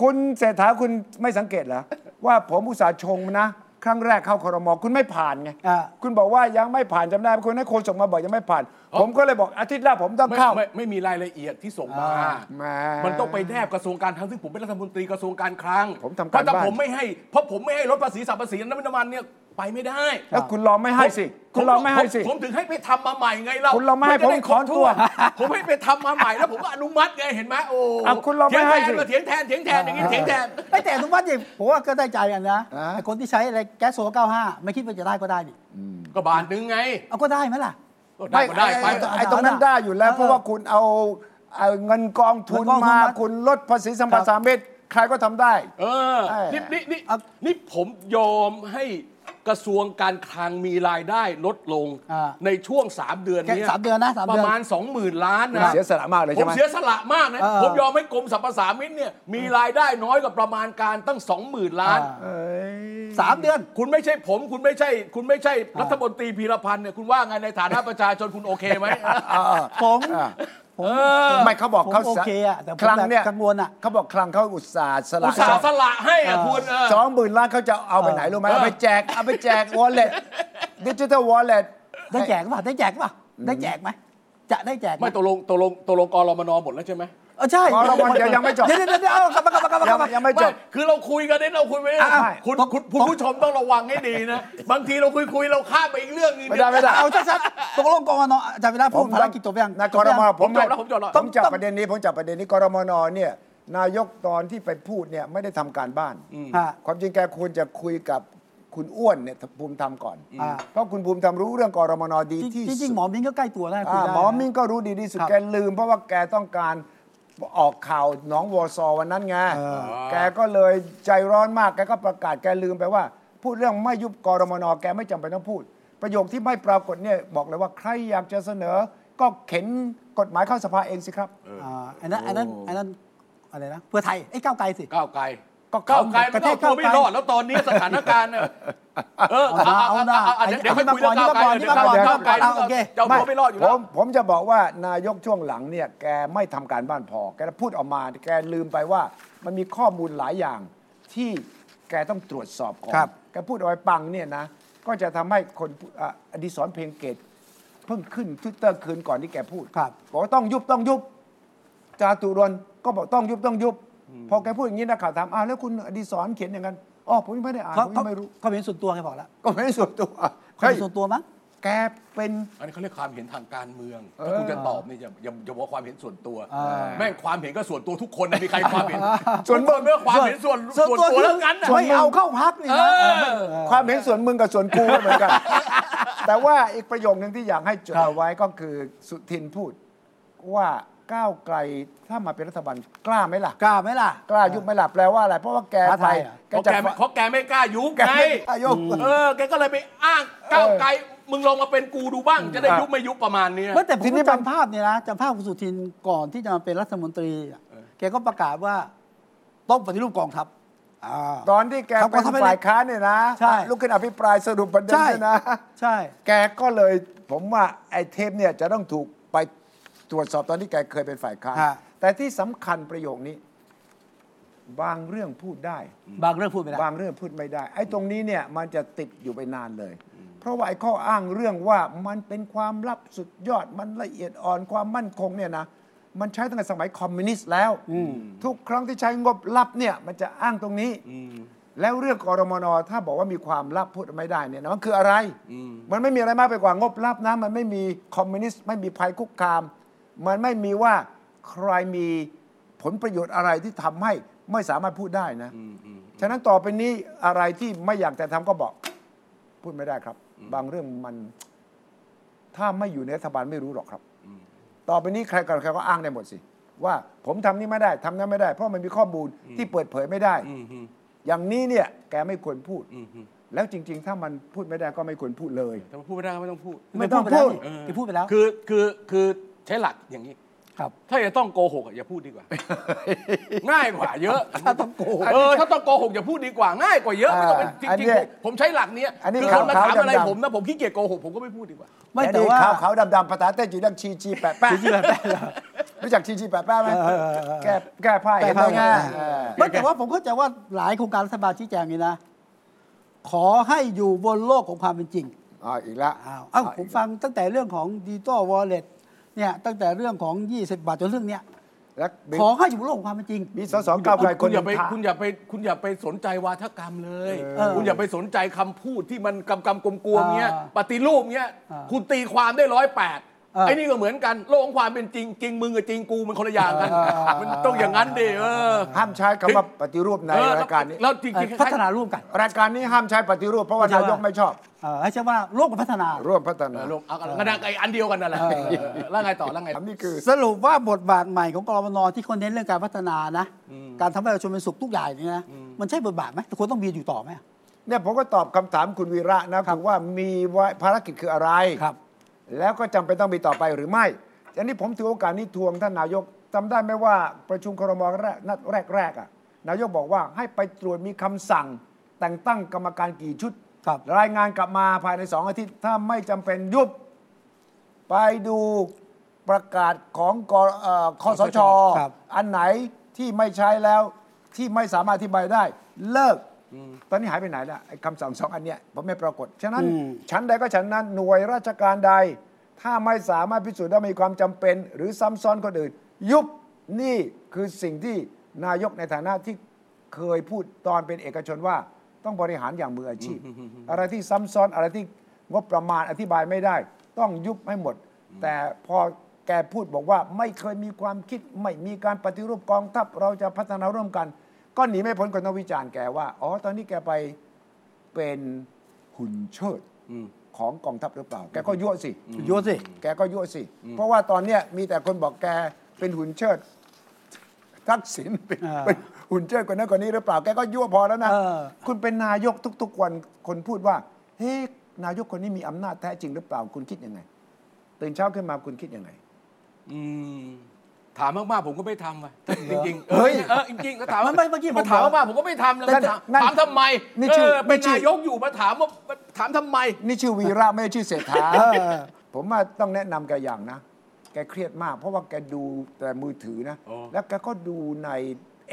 B: คุณเศรษฐาคุณไม่สังเกตเหรอว่าผมอุตส่าห์ชงนะ ครั้งแรกเข้าครมคุณไม่ผ่านไง
A: อ่า
B: คุณบอกว่ายังไม่ผ่านจำได้ไหมคุณให้โคศกมาบอกยังไม่ผ่าน
C: อ๋อ
B: ผมก็เลยบอกอาทิตย์หน้าผมต้อง
C: ไม่
B: เข้า
C: ไม่ไม่มีรายละเอียดที่ส่งมา
B: อ่าแหม
C: มันต้องไปแนบกระทรวงการคลังซึ่งผมเป็นรัฐมนตรีกระทรวงการคลัง
B: ผมทำการ
C: เพราะถ้า
B: บ้าน
C: ผมไม่ให้เพราะผมไม่ให้ลดภาษีสรรพสามิตน้ำมันเนี่ยไปไม่ได้
B: แล้วคุณลองไม่ให้สิ
C: ผม
B: คุณลองไม่ให้สิ
C: ผมผมถึงให้ไปทำมาใหม่ไงเรา
B: คุณลองไม่ให้
C: นจะด้
B: ผมขอ
C: ครบ
B: ตัว
C: ผมให้ไปทำมาใหม่แล้วผมก็อนุมัติไงเห็นไหมโอ้
B: อ่ะคุณลองไม่ให้สิ
C: เถียงแทนเถียงแทนเถียงแทนอย่างนี้เถียงแทน
A: ไอ้แต่ทุกวันเนี่ยผมว่าก็ได้ใจกันนะ
B: อ่า
A: ไอ้คนที่ใช้อะไรแก๊สโซ95 ไม่คิดว่าจะได้ก็ได้นี่
C: ก็บาทนึงไง
A: เอาก็ได้ไหมล่ะ
C: ก็ได้ก็ได้ไป
B: อ้อ้อ้ตรงนั้นได้อยู่แล้ว
A: เออ
B: เพราะว่าคุณเอาเอาเงินกองทุน
A: เงินกองทุน
B: มา
A: มา
B: คุณลดภาษีสัมปทานมิตรใครก็ทำได้
C: เออ
B: เออ
C: นี่นี่นี่
A: เอา
C: นี่ผมยอมให้กระทรวงการคลังมีรายได้ลดลง
A: อ่า
C: ในช่วง 3 เดือนเนี้ย
A: แค่สามเดือนนะสาม
C: ป
A: เดือน
C: ระมาณ 20,000 ล้านนะ
B: เสียสละมากเลย
C: ผ
B: ใช่
C: ม
B: ไหม
C: เสียสละมากนะ
A: เออ
C: ผมยอมให้กรมสรรพสามิตเนี่ยมีรายได้น้อยกว่าประมาณการตั้ง 20,000 ล้าน
A: อ่า
B: เอ้ย
A: สามเดือน
C: คุณไม่ใช่ผม คุณไม่ใช่ คุณไม่ใช่รัฐมนตรีพีรพันธ์เนี่ยคุณว่าไงในฐานะประชาชนคุณโอเคไหม
B: เออ
A: ผม
B: เออ
A: ผม
B: ไม่เขาบอก
A: ผม
B: เขา
A: โอเคอ่ะแต่ผม
B: ครั้งเนี่ย
A: แบบกังวลอ่ะ
B: เขาบอกครั้งเขาอุตส่าห์สละ
C: อุตส่าห์สละให้อะคุณเออ
B: สองหมื่นล้านเขาจะเอาไปไหนรู้ไหม
C: เออ
B: เอาไปแจกเอาไปแจกวอลเล็ ตดิจิทัลวอลเล็ต
A: ได้แจกป่ะได้แจกป่ะได้แจกไหมจะได้แจกห
C: ไม่ตกลงตกลงตกลงกรมนหมดแล้วใช่ไหม
A: เออใช่
B: ขอรางวัลเดี๋ยวยังไม่จบ
A: เดี๋ยวเดี๋ยวเดี๋ยวเอากลับมากลับมากลับมากลับมา
B: ยังยังไม่จบ
C: คือเราคุยกันเนี่ยเราคุยไปเรื่อย
A: อ่ะ
C: คุณคุณคุณผู้ชมต้องระวังให้ดีนะ บางทีเราคุยคุยเราข้ามไปอีกเรื่องนึง
B: ไม่ได้ไม่ได้
A: เอาชัดๆตกลงกองนอาจารย์วิระพูดภารกิจจบยัง
B: นายก
A: จบ
B: ร
A: ยัง
B: ม
C: ผ
B: ผม ม
C: จบแล้วผมจบแล้ว
B: ต้องจับ
A: ต้อง
B: ประเด็นนี้ผมจับประเด็นนี้กรมนเนี่ยนายกตอนที่ไปพูดเนี่ยไม่ได้ทำการบ้าน
A: ฮะ
B: ความจริงแกควรจะคุยกับคุณอ้วนเนี่ยภูมิธรรมก่อน
A: อ่า
B: เพราะคุณภูมิธรรมรู้เรื่องกรมนดีที่
A: จริงๆจ
B: สุ
A: ริ
B: ด
A: งๆหมอมิ้งก็ใกล้ตัวได้คุย
B: อ่า
A: ได้
B: หมอมิ่ง
A: นะ
B: ก็รู้ดีที่สุด
A: ครับ
B: แกลืม เพราะว่าแกต้องการออกข่าวหน้องวอซอวันนั้นไงแกก็เลยใจร้อนมากแกก็ประกาศแกลืมไปว่า พูดเรื่องไม่ยุบกรมนแกไม่จำเป็นต้องพูด ประโยคที่ไม่ปรากฏเนี่ยบอกเลยว่าใครอยากจะเสนอ ก็เข็นกฎหมายเข้าสภาเองสิครับ
A: อ่าอันนั้นอันนั้นอันนั้นอะไรนะเพื่อไทยไอ้ยก้าวไกลสิ
C: ก้าวไกล
B: ก็
C: ก้า
B: ก้าว ว
C: ไก
B: ไกล
C: ลมั
A: ประเทศก้าวไก
C: นก็เอาตัวไม่
A: ล
C: รอดแล้วตอนนี้สถานการณ์เนี่ยเออ
A: เอานะเอานะ
C: เดี๋ยวเดี๋ยวค่อยคุยเรื่องก้าวไกลเดี๋ยว
A: เอา
C: เดี๋ยว
A: นะ
C: ก้าวไกล
A: เอาโอเค
C: เจ้าตัวไม่รอดอยู่
B: ผ
C: แล้ว
B: มผมจะบอกว่านายกช่วงหลังเนี่ยแกไม่ทำการบ้านพอ แกพูดออกมา แกลืมไปว่ามันมีข้อมูลหลายอย่างที่แกต้องตรวจสอบก่อน
A: ครับ
B: แกพูดเอาไว้ปังเนี่ยนะ ก็จะทำให้คนอ่ะอดิศรเพลงเกตเพิ่งขึ้นทวิตเตอร์คืนก่อนที่แกพูด
A: ครับ
B: บอกว่าต้องยุบต้องยุบจาตุรนก็บอกต้องยุบต้องยุบ พอแกพูดอย่างนี้นักข่าวถามอ้าวแล้วคุณอดีศรเขียนอย่างนั้น อ๋อผมยังไม่ได้อ่าน
A: เขา
B: ผม
A: เขา
B: ยังไม่รู้
A: เขาเห็นส่วนตัวแกบอกแล้ว
B: ก็ไม่ได้ส่วนตัว
A: เขา
B: เฮ้
A: เห็
B: ย
A: นส่วนตัวมั้ง
B: แกเป็น
C: อันนี้เขาเรียกความเห็นทางการเมือง
B: เออ
C: ถ้าคุณจะตอบเนี่ยอย่าอย่าอย่าบอกว่าความเห็นส่วนตัว
A: อ่า
C: แม่งความเห็นก็ส่วนตัวทุกคนนะมีใครความเห็น
B: ส่วน
C: เบิ
B: มึง
C: กเมื่อความเห็นส่วนส่วนตัวแล้วกันนะ
B: ไม่เอาเข้าพักนี่นะ
C: เออ
B: ความเห็นส่วนมึงกับส่วนกูก็เหมือนกัน แต่ว่าอีกประโยคหนึ่งที่อยากให้จดเอาไว้ก็คือสุทินพูด ว่าก้าวไกลถ้ามาเป็นรัฐบาลกล้าไหมล่ะ
A: กล้าไหมล่ะ
B: กล้ายุบไหมล่ะแปลว่าอะไร เพราะว่าแก
A: ท้า
B: ไป
A: ทายเหรอ
C: เพราะแกไม่เพราะแกไม่กล้ายุบ
B: แก
C: ไง
B: ไม่กล้ายุบ
C: เออแกก็เลยไปอ้างก้าวไกลมึงลองมาเป็นกูดูบ้าง จะได้ยุบไม่ยุบประมาณเนี้ย
A: เมื่อแต่ผ
B: ที
A: ม
B: นี้มัน
A: จำภาพเนี่ยนะจำภาพคุณสุทินก่อนที่จะมาเป็นรัฐมนตรีอะแกก็ประกาศว่าต้องปฏิรูปกองทัพอ่า
B: ตอนที่แก
A: เขาก็
B: เป็น
A: ทำให้
B: ฝ่ายค้านเนี่ยนะ
A: ใช่
B: ลุกขึ้นอภิปรายสรุปประเด็น
A: ใช่
B: เนี่ยนะ
A: ใช่
B: แกก็เลย ผมว่าไอ้เทปเนี่ยจะต้องถูกไปตรวจสอบตอนที่แกเคยเป็นฝ่ายค้านแต่ที่สำคัญประโยคนี้ บางเรื่องพูดได้
A: บางเรื่องพูดไม่ได้
B: บางเรื่องพูดไม่ได้ ไอ้ตรงนี้เนี่ยมันจะติดอยู่ไปนานเลย เพราะว่าไอ้ข้ออ้างเรื่องว่ามันเป็นความลับสุดยอดมันละเอียดอ่อนความมั่นคงเนี่ยนะมันใช้ตั้งแต่สมัยคอมมิวนิสต์แล้ว ทุกครั้งที่ใช้งบลับเนี่ยมันจะอ้างตรงนี้ แล้วเรื่องกรมนถ้าบอกว่ามีความลับพูดไม่ได้เนี่ยนะมันคืออะไร มันไม่มีอะไรมากไปกว่างบลับนะ มันไม่มีคอมมิวนิสต์ไม่มีภัยคุกคาม มันไม่มีว่าใครมีผลประโยชน์อะไรที่ทำให้ไม่สามารถพูดได้นะ ฉะนั้นต่อไปนี้อะไรที่ไม่อยากจะทำก็บอก พูดไม่ได้ครับ บางเรื่องมัน ถ้าไม่อยู่ในรัฐบาลไม่รู้หรอกครับ ต่อไปนี้ใครกับใครก็อ้างได้หมดสิ ว่าผมทำนี่ไม่ได้ทำนั้นไม่ได้ เพราะมันมีข้อมูลที่เปิดเผยไม่ได้ อย่างนี้เนี่ย แกไม่ควรพูด แล้วจริง ๆ ถ้ามันพูดไม่ได้ก็ไม่ควรพูดเลย
C: แต่ว่าพูดไม่ได้ก็ไม่ต้องพูด
B: ไม่ต้องพูด
C: เออ
A: ที่พูดไปแล้ว
C: คือคือคือใช้หลักอย่างนี้
A: ครับ
C: ถ้าจะต้องโกหกอะอย่าพูดดีกว่า ง่ายกว่าเยอะ
A: ถ้าต้องโกหก
C: เออถ้าต้องโกหกอย่าพูดดีกว่าง่ายกว่าเยอะไม่ต้องเป็นจ
B: อ่าอัน
C: ริ
B: เนี้
C: ง
B: ย
C: ๆผมผมใช้หลักเนี้ย
B: อันนี้
C: คืคนมา
B: ขาวๆ
C: ถามอะไร
B: ดำๆ
C: ผมนะผมขี้เกียจโกหกผมก็ไม่พูดดีกว่า
A: ไม่แต่ว่า
B: ขาวๆดำๆภาษาใต้จีนเรียกชีชีแปะแปะ รู้จักชีชีแปะแปะไหม
A: เออเออเออ
B: แก้แก้ผ้า
A: แก้
B: เห็น
A: ผ้า
B: ได้ง่าย
A: เออ
B: เออ
A: ไม่แต่ว่าผมเข้าใจว่าหลายโครงการรัฐบาลชี้แจงนี้นะ ขอให้อยู่บนโลกของความเป็นจริง
B: อ่าอีกแล้ว
A: อ้าวเอ้าผมฟังตั้งแต่เรื่องของดิจิตอลวอลเล็ตเนี่ยตั้งแต่เรื่องของ 20 บาทจนเรื่องเนี้ย
B: แล้วมี
A: ขอให้อยู่บนโลกของความเป็นจริง
B: มีสสก้าวไกลค
C: คุ
B: น
C: ณ
B: ห
C: อ
B: นึ่
C: ย่าง ไป
B: ถาม
C: คุณอย่าไปคุณอย่าไปสนใจวาทกรรมเลย
A: เออ
C: คุณอย่าไปสนใจคำพูดที่มันกำกำกลมกลวงเงี้ย
A: อ่า
C: ปฏิรูปเงี้ย
A: อ่า
C: คุณตีความได้ร้อยแปด
A: เออ
C: ไอ้นี่ก็เหมือนกันโลกของความเป็นจริงจริงมึงกับจริงกูมันคนละอย่างกัน
A: เออเออ
C: มันต้องอย่างนั้นดิเออ
B: ห้ามใช้คำว่าปฏิรูปใน
C: เออ
B: รายการนี้
C: แล้วจริง
A: เอ่อ
C: ๆ
A: พัฒนาร่วมกัน
B: รายการนี้ห้ามใช้ปฏิรูปเพราะว่า
A: ไม่ใช่
B: นา
A: ว่า
B: ยกไม่ชอบ
A: เอ่อให้ใช่ว่าโลกมันพัฒนา
B: ร่วมพัฒนา
C: ลงเอากันไอ้อันเดียวกันนั่นแหละเออแล้วไงต่อแล้วไง
B: อันนี้คือ
A: สรุปว่าบทบาทใหม่ของกรมนที่คนเน้นเรื่องการพัฒนานะ การทำให้ประชาชนเป็นสุขทุกอย่างเนี่ยนะมันใช่บทบาทไหมแต่ควรต้องมีอยู่ต่อไหม
B: เนี่ยผมก็ตอบคำถามคุณวีระนะคือว่ามีไว้ภารกิจคืออะไร
A: ครับ
B: แล้วก็จำเป็นต้องมีต่อไปหรือไม่อันนี้ผมถือโอกาสนี้ทวงท่านนายกจำได้ไหมว่าประชุมครมแรกนัดแรกๆอ่ะนายกบอกว่าให้ไปตรวจมีคำสั่ง แต่งตั้งกรรมการกี่ชุด
A: ครับ
B: รายงานกลับมาภายในสองอาทิตย์ ถ้าไม่จำเป็นยุบ ไปดูประกาศของกเอ่อคอสช
A: ครับ
B: อันไหนที่ไม่ใช้แล้วที่ไม่สามารถอธิบายได้ เลิก ตอนนี้หายไปไหนละไอ้คำสั่งสองอันเนี้ยผมไม่ปรากฏ ฉะนั้นชั้นใดก็ชั้นนั้นหน่วยราชการใด ถ้าไม่สามารถพิสูจน์ได้มีความจำเป็น หรือซ้ำซ้อนคนอื่น ยุบนี่คือสิ่งที่นายกในฐานะที่เคยพูดตอนเป็นเอกชนว่า ต้องบริหารอย่างมืออาชีพ อะไรที่ซ้ำซ้อนอะไรที่งบประมาณอธิบายไม่ได้ ต้องยุบให้หมด แต่พอแกพูดบอกว่าไม่เคยมีความคิดไม่มีการปฏิรูปกองทัพเราจะพัฒนาร่วมกัน ก็หนีไม่พ้นคนต้องวิจารณ์แกว่า อ๋อ ตอนนี้แกไปเป็นหุ่นเชิดของกองทัพหรือเปล่า แกก็ยั่วสิ
A: ยั่วสิ
B: แกก็ยั่วสิ เพราะว่าตอนเนี้ยมีแต่คนบอกแกเป็นหุ่นเชิด ทักษิณเป็น
A: เออ
B: เป็นหุ่นเชิดคนนั้นคนนี้หรือเปล่า แกก็ยั่วพอแล้วนะ
A: เออ
B: คุณเป็นนายกทุก ๆ วันคนพูดว่า เฮ้ยนายกคนนี้มีอำนาจแท้จริงหรือเปล่า คุณคิดยังไง ตื่นเช้าขึ้นมาคุณคิดยังไง
C: อืมถามมากๆผมก็ไม่ทำว่ะจริงๆ
B: เฮ้ย
C: เออจริงๆก็ถามว่า
A: ไม่เมื่อกี้ผม
C: ถามมากๆผมก็ไม่ทำแล้ว
B: นั่น
C: ถาม
B: นั่น
C: ถามทำไม
B: นี่
C: เอ
B: ชื่อ
C: อเป็น
B: นี่ชื่อ
C: นายกอยู่มาถามว่าถามทำไม
B: นี่ชื่อวีระไม่ใช่ชื่อเศรษฐา
A: เออ
B: ผมว่าต้องแนะนำแกอย่างนะ แกเครียดมาก เพราะว่าแกดูแต่มือถือนะ
C: อ๋อ
B: แล้วแกก็ดูใน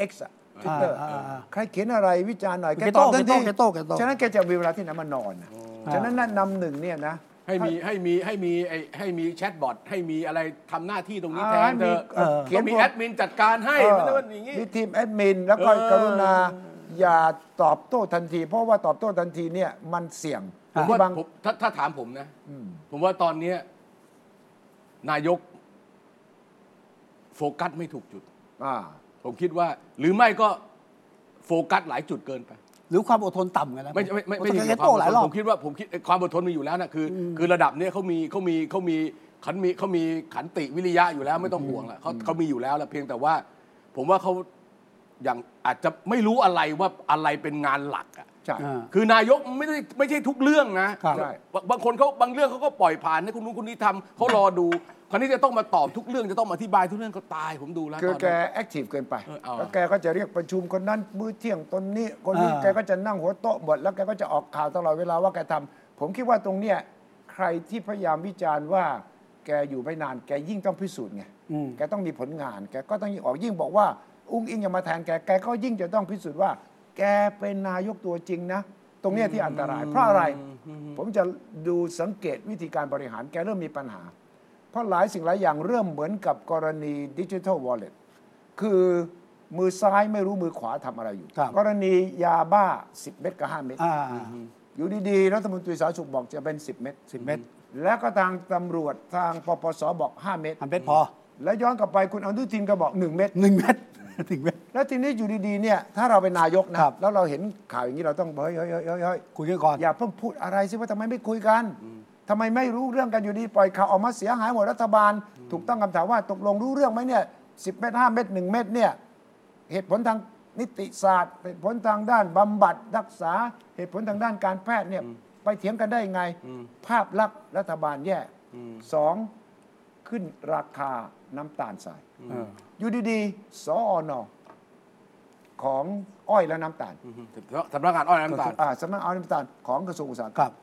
B: X อะทวิตเตอร์
A: อ่าอ่าอ่า
B: ใครเขียนอะไรวิจารณ์หน่อย แก
A: แก
B: ต
A: โต้
B: อบทันที
A: แกโต้แกโต้
B: ฉะนั้นแกจะมีเวลาที่ไหนมานอนอะฉะนั้นแนะนำหนึ่งเนี่ยนะ
C: ให้มีให้มีให้มีไอ้ให้มีแชทบอทให้มีอะไรทำหน้าที่ตรงนี้
B: อ่า
C: แท
B: ให้
C: น
B: มี
C: เธอะ
B: เอ่อเขีย
C: ต้
B: ย
C: อน งมี
B: บท
C: แอดมินจัดการให้
B: เออ
C: ไม่ใช่ว่าอย่างนี้
B: มีทีมแอดมิน แล้วก็
C: เออ
B: กรุณา อย่าตอบโต้ทันที เพราะว่าตอบโต้ทันทีเนี่ยมันเสี่ยง
C: ผมว่า
B: ที่บาง
C: ผมถ้าถ้าถามผมนะ
B: อืม
C: ผมว่าตอนเนี้ยนายกโฟกัสไม่ถูกจุด
B: อ่า
C: ผมคิดว่า หรือไม่ก็โฟกัสหลายจุดเกินไป
A: หรือความอดทนต่ำไงนะ
C: ไม่ใช่ไม่ไม่
A: ผ
C: ไม่
A: ต้อง
C: ใช่
A: ใช้
C: ควา
A: โต้
C: มอด
A: หลาย
C: ท
A: ร
C: น
A: อบ
C: ผมคิดว่าผมคิดความอดทนมีอยู่แล้วนะคืออคือระดับเนี้ยเขามีเขามีเขามีเขามีเขามีขันติวิริยะอยู่แล้วไม่ต้องห่วงละเขาเขามีอยู่แล้วละเพียงแต่ว่า ผมว่าเขาอย่างอาจจะไม่รู้อะไรว่าอะไรเป็นงานหลักอ่ะ
B: ใช่
A: อ่า
C: คือนายกไม่ได้ไม่ใช่ทุกเรื่องนะครับ ใช่บางบางคนเขาบางเรื่องเขาก็ปล่อยผ่านให้คุณนู้นคุณนี้ทำเขารอดู คราวนี้จะต้องมาตอบทุกเรื่องจะต้องมาอธิบายทุกเรื่องก็ตายผมดูแล้ว
B: คือ
C: ตอน
B: แก
C: นั้น
B: แอคทีฟเกินไป
C: เออเอา
B: แล้วแกก็จะเรียกประชุมคนนั้นมื้อเที่ยงตนนี้ คนนี้
A: อ่า
B: แกก็จะนั่งหัวโต๊ะหมดแล้วแกก็จะออกข่าวตลอดเวลาว่าแกทำผมคิดว่าตรงเนี้ยใครที่พยายามวิจารณ์ว่า แกอยู่ไม่นาน แกยิ่งต้องพิสูจน์ไงแกต้องมีผลงาน แกก็ต้องยิ่งออกยิ่งบอกว่า อุ้งอิงอย่ามาแทนแกแกก็ยิ่งจะต้องพิสูจน์ว่า แกเป็นนายกตัวจริงนะ ตรงเนี้ยที่อันตราย เพราะอะไร ผมจะดูสังเกตวิธีการบริหารแกเริ่มมีปัญหา เพราะหลายสิ่งหลายอย่างเริ่มเหมือนกับกรณีดิจิทัลวอลเล็ต คือมือซ้ายไม่รู้มือขวาทำอะไรอยู่
A: ครับ
B: กรณียาบ้า 10 เม็ดกับ 5 เม็ด
A: อ่า
B: อยู่ดีๆรัฐมนตรีสาธารณสุขบอกจะเป็น 10 เม็ด
A: 10เม็ด
B: แล้วก็ทางตำรวจทางปปสบอก 5 เม็ด
A: ทำเม็ดพอ
B: แล้วย้อนกลับไปคุณอนุทินก็บอก 1 เม็ด
A: หนึ่งเม็ด หนึ่งเม็ด
B: แล้วทีนี้อยู่ดีๆเนี่ยถ้าเราเป็นนายกนะครับ แล้วเราเห็นข่าวอย่างนี้เราต้องเฮ้ยเฮ้ยเฮ้ยเฮ้ยเฮ้ย
A: คุยกันก่อน
B: อย่าเพิ่งพูดอะไรสิว่าทำไมไม่คุยกันทำไมไม่รู้เรื่องกันอยู่ดีปล่อยข่าวออกมาเสียหายหมดรัฐบาล ถูกต้องคำถามว่าตกลงรู้เรื่องไหมเนี่ยสิเม็ดห้าเม็ดหนึ่งเม็ดเนี่ย เหตุผลทางนิติศาสตร์ เหตุผลทางด้านบำบัดรักษา เหตุผลทางด้านการแพทย์เนี่ยไปเถียงกันได้ยังไง ภาพลักษณ์รัฐบาลแย่สองขึ้นราคาน้ำตาลทรายอยู่ดีๆสออนอของอ้อยและน้ำตาล
C: อืมสำนักงานอ้อยน้ำตาล
B: อ่าสำนักงานอ้อยน้ำตาลของกระทรวงอุตสาหกรรม
A: ครับ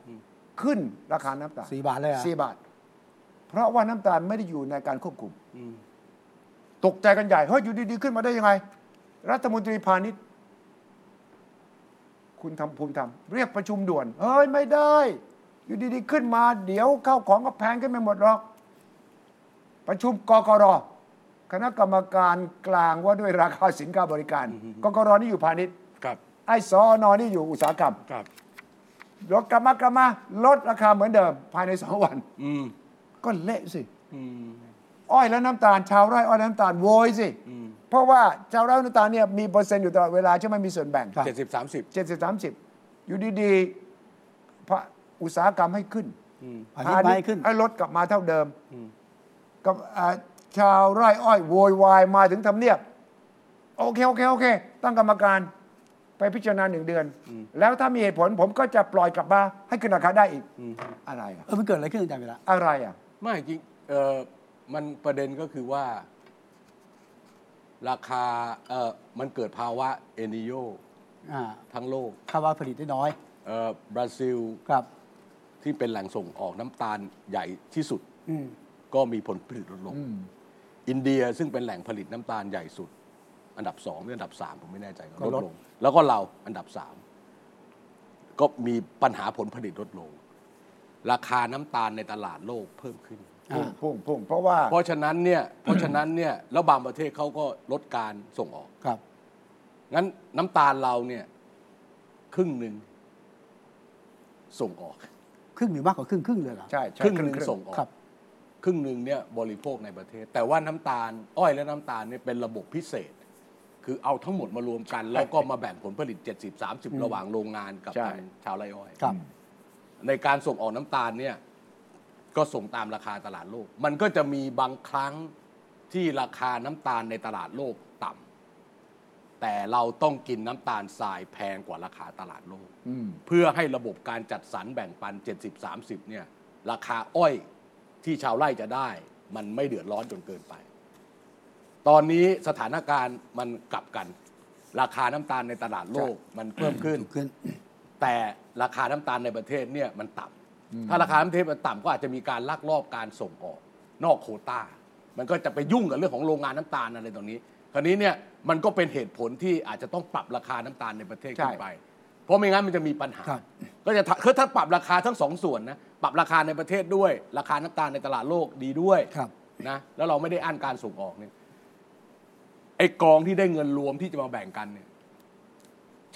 B: ขึ้นราคาน้ำตาล
A: สี่บาทเลยเหรอ่ะ
B: สี่บาท เพราะว่าน้ำตาลไม่ได้อยู่ในการควบคุม ตกใจกันใหญ่ เฮ้ย อยู่ดีๆ ขึ้นมาได้ยังไง รัฐมนตรีพาณิชย์ คุณทำภูมิธรรมเรียกประชุมด่วน เฮ้ย ไม่ได้ อยู่ดีๆ ขึ้นมา เดี๋ยวข้าวของก็แพงขึ้นไปหมดหรอก ประชุมกกรคณะกรรมการกลางว่าด้วยราคาสินค้าบริการกกรนี่อยู่พาณิชย์
C: ครับ
B: ไอ้สอนอนี่อยู่อุตสาหกรรม
C: ครับ
B: เดี๋ยวกลับมากลับมาลดราคาเหมือนเดิม ภายในสองวัน
C: อืม
B: ก็เละสิ
C: อืม
B: อ้อยและน้ำตาล ชาวไร่อ้อยและน้ำตาลโวยสิ
C: อืม
B: เพราะว่าชาวไร่อ้อยน้ำตาลเนี่ยมีเปอร์เซ็นต์อยู่ตลอดเวลาใช่ไหมมีส่วนแบ่ง
C: เจ็ดสิบสามสิบ
B: เจ็ดสิบสามสิบอยู่ดีๆพระอุตสาหกรรมให้ขึ้น
C: อืม
A: พาณิชย์ไม่ให้ขึ้น
B: ให้ลดกลับมาเท่าเดิมกับอ่าชาวไร่อ้อยโวยวายมาถึงทำเนียบ โอเคโอเคโอเค ตั้งกรรมการไปพิจารณาหนึ่งเดือน แล้วถ้ามีเหตุผลผมก็จะปล่อยกลับมาให้ขึ้นราคาได้อีก
C: อืม
B: อะไรอะ
A: เออมันเกิดอะไรขึ้นอาจารย์เวลา
B: อะไรอะ
C: ไม่จริงเออมันประเด็นก็คือว่า ราคาเออมันเกิดภาวะเอนิโย
A: อ่า
C: ทั้งโลก
A: คาดว่าผลิตได้น้อย
C: เออบราซิล
A: ครับ
C: ที่เป็นแหล่งส่งออกน้ำตาลใหญ่ที่สุด
A: อืม
C: ก็มีผลผลิตลดลง อินเดียซึ่งเป็นแหล่งผลิตน้ำตาลใหญ่สุด อันดับสองหรืออันดับสามผมไม่แน่ใจก็
A: ก็
C: ล
A: ล
C: ด
A: ด
C: ลง แล้วก็เราอันดับสามก็มีปัญหาผลผลิตลดลง ราคาน้ำตาลในตลาดโลกเพิ่มขึ้น
B: พุ่งพุ่งพุ่งเพราะว่า
C: เพราะฉะนั้นเนี่ย เพราะฉะนั้นเนี่ยแล้วบางประเทศเขาก็ลดการส่งออก
A: ครับ
C: งั้นน้ำตาลเราเนี่ย ครึ่งหนึ่งส่งออก
A: ครึ่งหรือมากกว่าครึ่งครึ่งเลยเหรอ
B: ใช่ใช่
C: ครึ่งหนึ่งส่งออก
A: ครับ
C: ครึ่งหนึ่งเนี่ยบริโภคในประเทศ แต่ว่าน้ำตาล อ้อยและน้ำตาลเนี่ยเป็นระบบพิเศษ คือเอาทั้งหมดมารวมกัน แล้วก็มาแบ่งผลผลิต 70 30 ระหว่างโรงงานกับทางชาวไร่อ้อย
A: ครับ
C: ในการส่งออกน้ำตาลเนี่ยก็ส่งตามราคาตลาดโลก มันก็จะมีบางครั้งที่ราคาน้ำตาลในตลาดโลกต่ำแต่เราต้องกินน้ำตาลทรายแพงกว่าราคาตลาดโลก
B: อืม
C: เพื่อให้ระบบการจัดสรรแบ่งปัน 70-30 เนี่ย ราคาอ้อยที่ชาวไร่จะได้ มันไม่เดือดร้อนจนเกินไป ตอนนี้สถานการณ์มันกลับกัน ราคาน้ำตาลในตลาดโลกมันเพิ่มขึ้น
A: ขึ้น
C: แต่ราคาน้ำตาลในประเทศเนี่ยมันต่ำ ถ้าราคาน้ำเทศมันต่ำก็อาจจะมีการลักลอบการส่งออก นอกโควต้า มันก็จะไปยุ่งกับเรื่องของโรงงานน้ำตาลอะไรตรงนี้ คราวนี้เนี่ยมันก็เป็นเหตุผลที่อาจจะต้องปรับราคาน้ำตาลในประเทศขึ้นไป เพราะไม่งั้นมันจะมีปัญหา
A: ครับ
C: ก็จะทำคือถ้าปรับราคาทั้งสองส่วนนะ ปรับราคาในประเทศด้วย ราคาน้ำตาลในตลาดโลกดีด้วย
A: ครับ
C: นะแล้วเราไม่ได้อ้านการส่งออกเนี่ยไอ้กองที่ได้เงินรวมที่จะมาแบ่งกันเนี่ย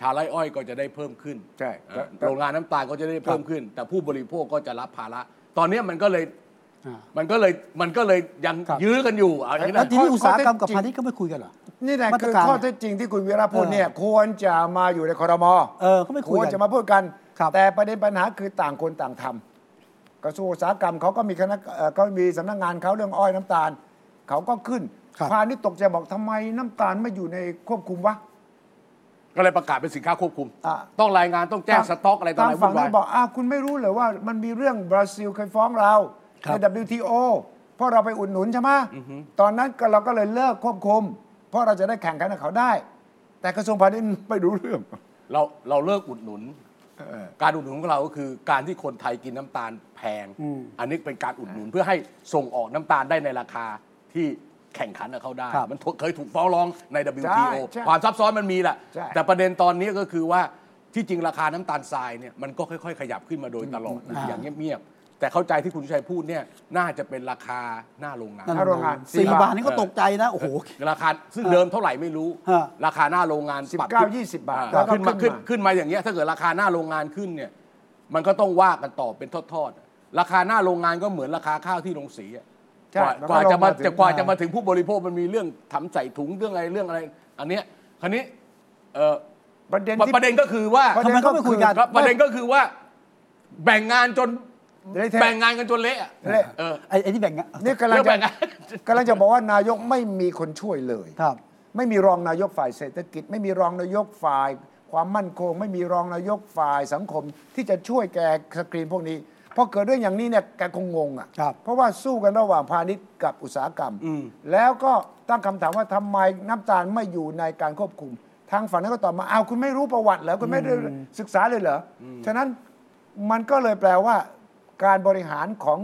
C: ชาไร่อ้อยก็จะได้เพิ่มขึ้น
B: ใช่
C: เอ่อ
B: แต่
C: โรงงานน้ำตาลก็จะได้เพิ่มขึ้น แต่ผู้บริโภคก็จะรับภาระ ตอนเนี้ยมันก็เลย
A: อ่า
C: มันก็เลยมันก็เลยยัง
A: ครับ
C: ยื้อกันอยู่เอาอย่างนี้
A: แล้ว
C: นะ
A: ทีนี้อุตสาหกรรมกับพาณิชย์ก็ไม่คุยกันเหรอ
B: นี่แหละ
A: มาต
B: คื
A: ร
B: อ
A: การ
B: ข้อเท็จจริงที่คุณวีระพูด
A: เออ
B: เนี่ยควรจะมาอยู่ในคอรมอ
A: เออก็ไม่คุยกัน
B: ควรจะมาพูดกัน
A: ครับ
B: แต่ประเด็นปัญหาคือต่างคนต่างทำกระทรวงอุตสาหกรรมเขาก็มีคณะเอ่อก็มีสำนักงานเขาเรื่องอ้อยน้ำตาล เขาก็ขึ้น
A: ครับ
B: พาณิชย์ตกใจบอกทำไมน้ำตาลไม่อยู่ในควบคุมวะ
C: ก็เลยประกาศเป็นสินค้าควบคุม
B: อ่ะ
C: ต้องรายงานต้องแจ้งสต็อกอะไรต่อ
B: ทา
C: อะ
B: ง
C: ไร
B: ฝั่ง
C: วุ่น
B: นั้
C: วาย
B: นบอกอ้าวคุณไม่รู้เหรอว่ามันมีเรื่องบราซิลเคยฟ้องเรา
A: ครับ
B: ใน WTO เพราะเราไปอุดหนุนใช่ไหมตอนนั้นก็เราก็เลยเลิกควบคุม เพราะเราจะได้แข่งขันกับเขาได้ แต่กระทรวงพาณิชย์ไม่รู้เรื่อง
C: เราเราเลิกอุดหนุน
B: เออ
C: การอุดหนุนของเราก็คือการที่คนไทยกินน้ำตาลแพง อันนี้เป็นการอุดหนุนเพื่อให้ส่งออกน้ำตาลได้ในราคาที่แข่งขันกับเขาได้
A: ครับ
C: มันเคยถูกฟ้องร้องใน
B: ใช่
C: WTO
B: ใช่
C: ความซับซ้อนมันมีแหละ
B: ใช่
C: แต่ประเด็นตอนนี้ก็คือว่าที่จริงราคาน้ำตาลทรายเนี่ยมันก็ค่อยๆ ขยับขึ้นมาโดยตลอดนะอย่างเงียบๆแต่เข้าใจที่คุณชัยพูดเนี่ยน่าจะเป็นราคาหน้าโรงงาน
B: หน้าโรงงาน
A: สี่บาทนี่ก็ตกใจนะ โอ้โห
C: ราคาซึ่งเดิมเท่าไหร่ไม่รู้
A: ฮะ
C: ราคาหน้าโรงงาน
B: 19
C: ปรับขึ้น
B: 20บาท
C: อ่
B: แล้วก็
C: ขึ้นมา
B: ขึ้น
C: ขึ้น
B: มา
C: ขึ้นมาอย่างเงี้ยถ้าเกิดราคาหน้าโรงงานขึ้นเนี่ยมันก็ต้องว่ากันต่อเป็นทอดๆราคาหน้าโรงงานก็เหมือนราคาข้าวที่โรงสีอะ
B: ใช่
C: กว่า
B: มันก็
C: กว่า
B: ลงมาถึง
C: จะมาจะกว่าจะมาถึงผู้บริโภคมันมีเรื่องทำใส่ถุงเรื่องอะไรเรื่องอะไร อันเนี้ยคันนี้เอ่อ
B: ประเด็นที่
C: ประเด็นก็คือว่า
A: ทำไมเขาไม่คุยกัน
C: ประเด็นก็คือว่าแบ่งงานจน
B: เละเทะ
C: แบ่งงานกันจนเละอะ
B: เละ
C: เออ
A: ไอ้ไอ้ที่แบ่งงาน
B: นี่กำลัง
C: เรื่อง
B: จะ
C: แบ่งงาน
B: กำลังจะบอกว่านายกไม่มีคนช่วยเลย
A: ครับ
B: ไม่มีรองนายกฝ่ายเศรษฐกิจ ไม่มีรองนายกฝ่าย ความมั่นคง ไม่มีรองนายกฝ่ายสังคม ที่จะช่วยแกสกรีนพวกนี้พอเกิดเรื่องอย่างนี้เนี่ยแกคงงง
A: ครั
B: อะ่ะ
A: บ
B: เพราะว่าสู้กันระหว่างพาณิชย์กับอุตสาหกรรม
C: อืม
B: แล้วก็ตั้งคำถามว่าทำไมน้ำตาลไม่อยู่ในการควบคุม ทางฝั่งนั้นก็ตอบมาอ้าวคุณไม่รู้ประวัติเหรอคุณไม่ได้ศึกษาเลยเหรออฉะนั้นมันก็เลยแปลว่า การบริหารของ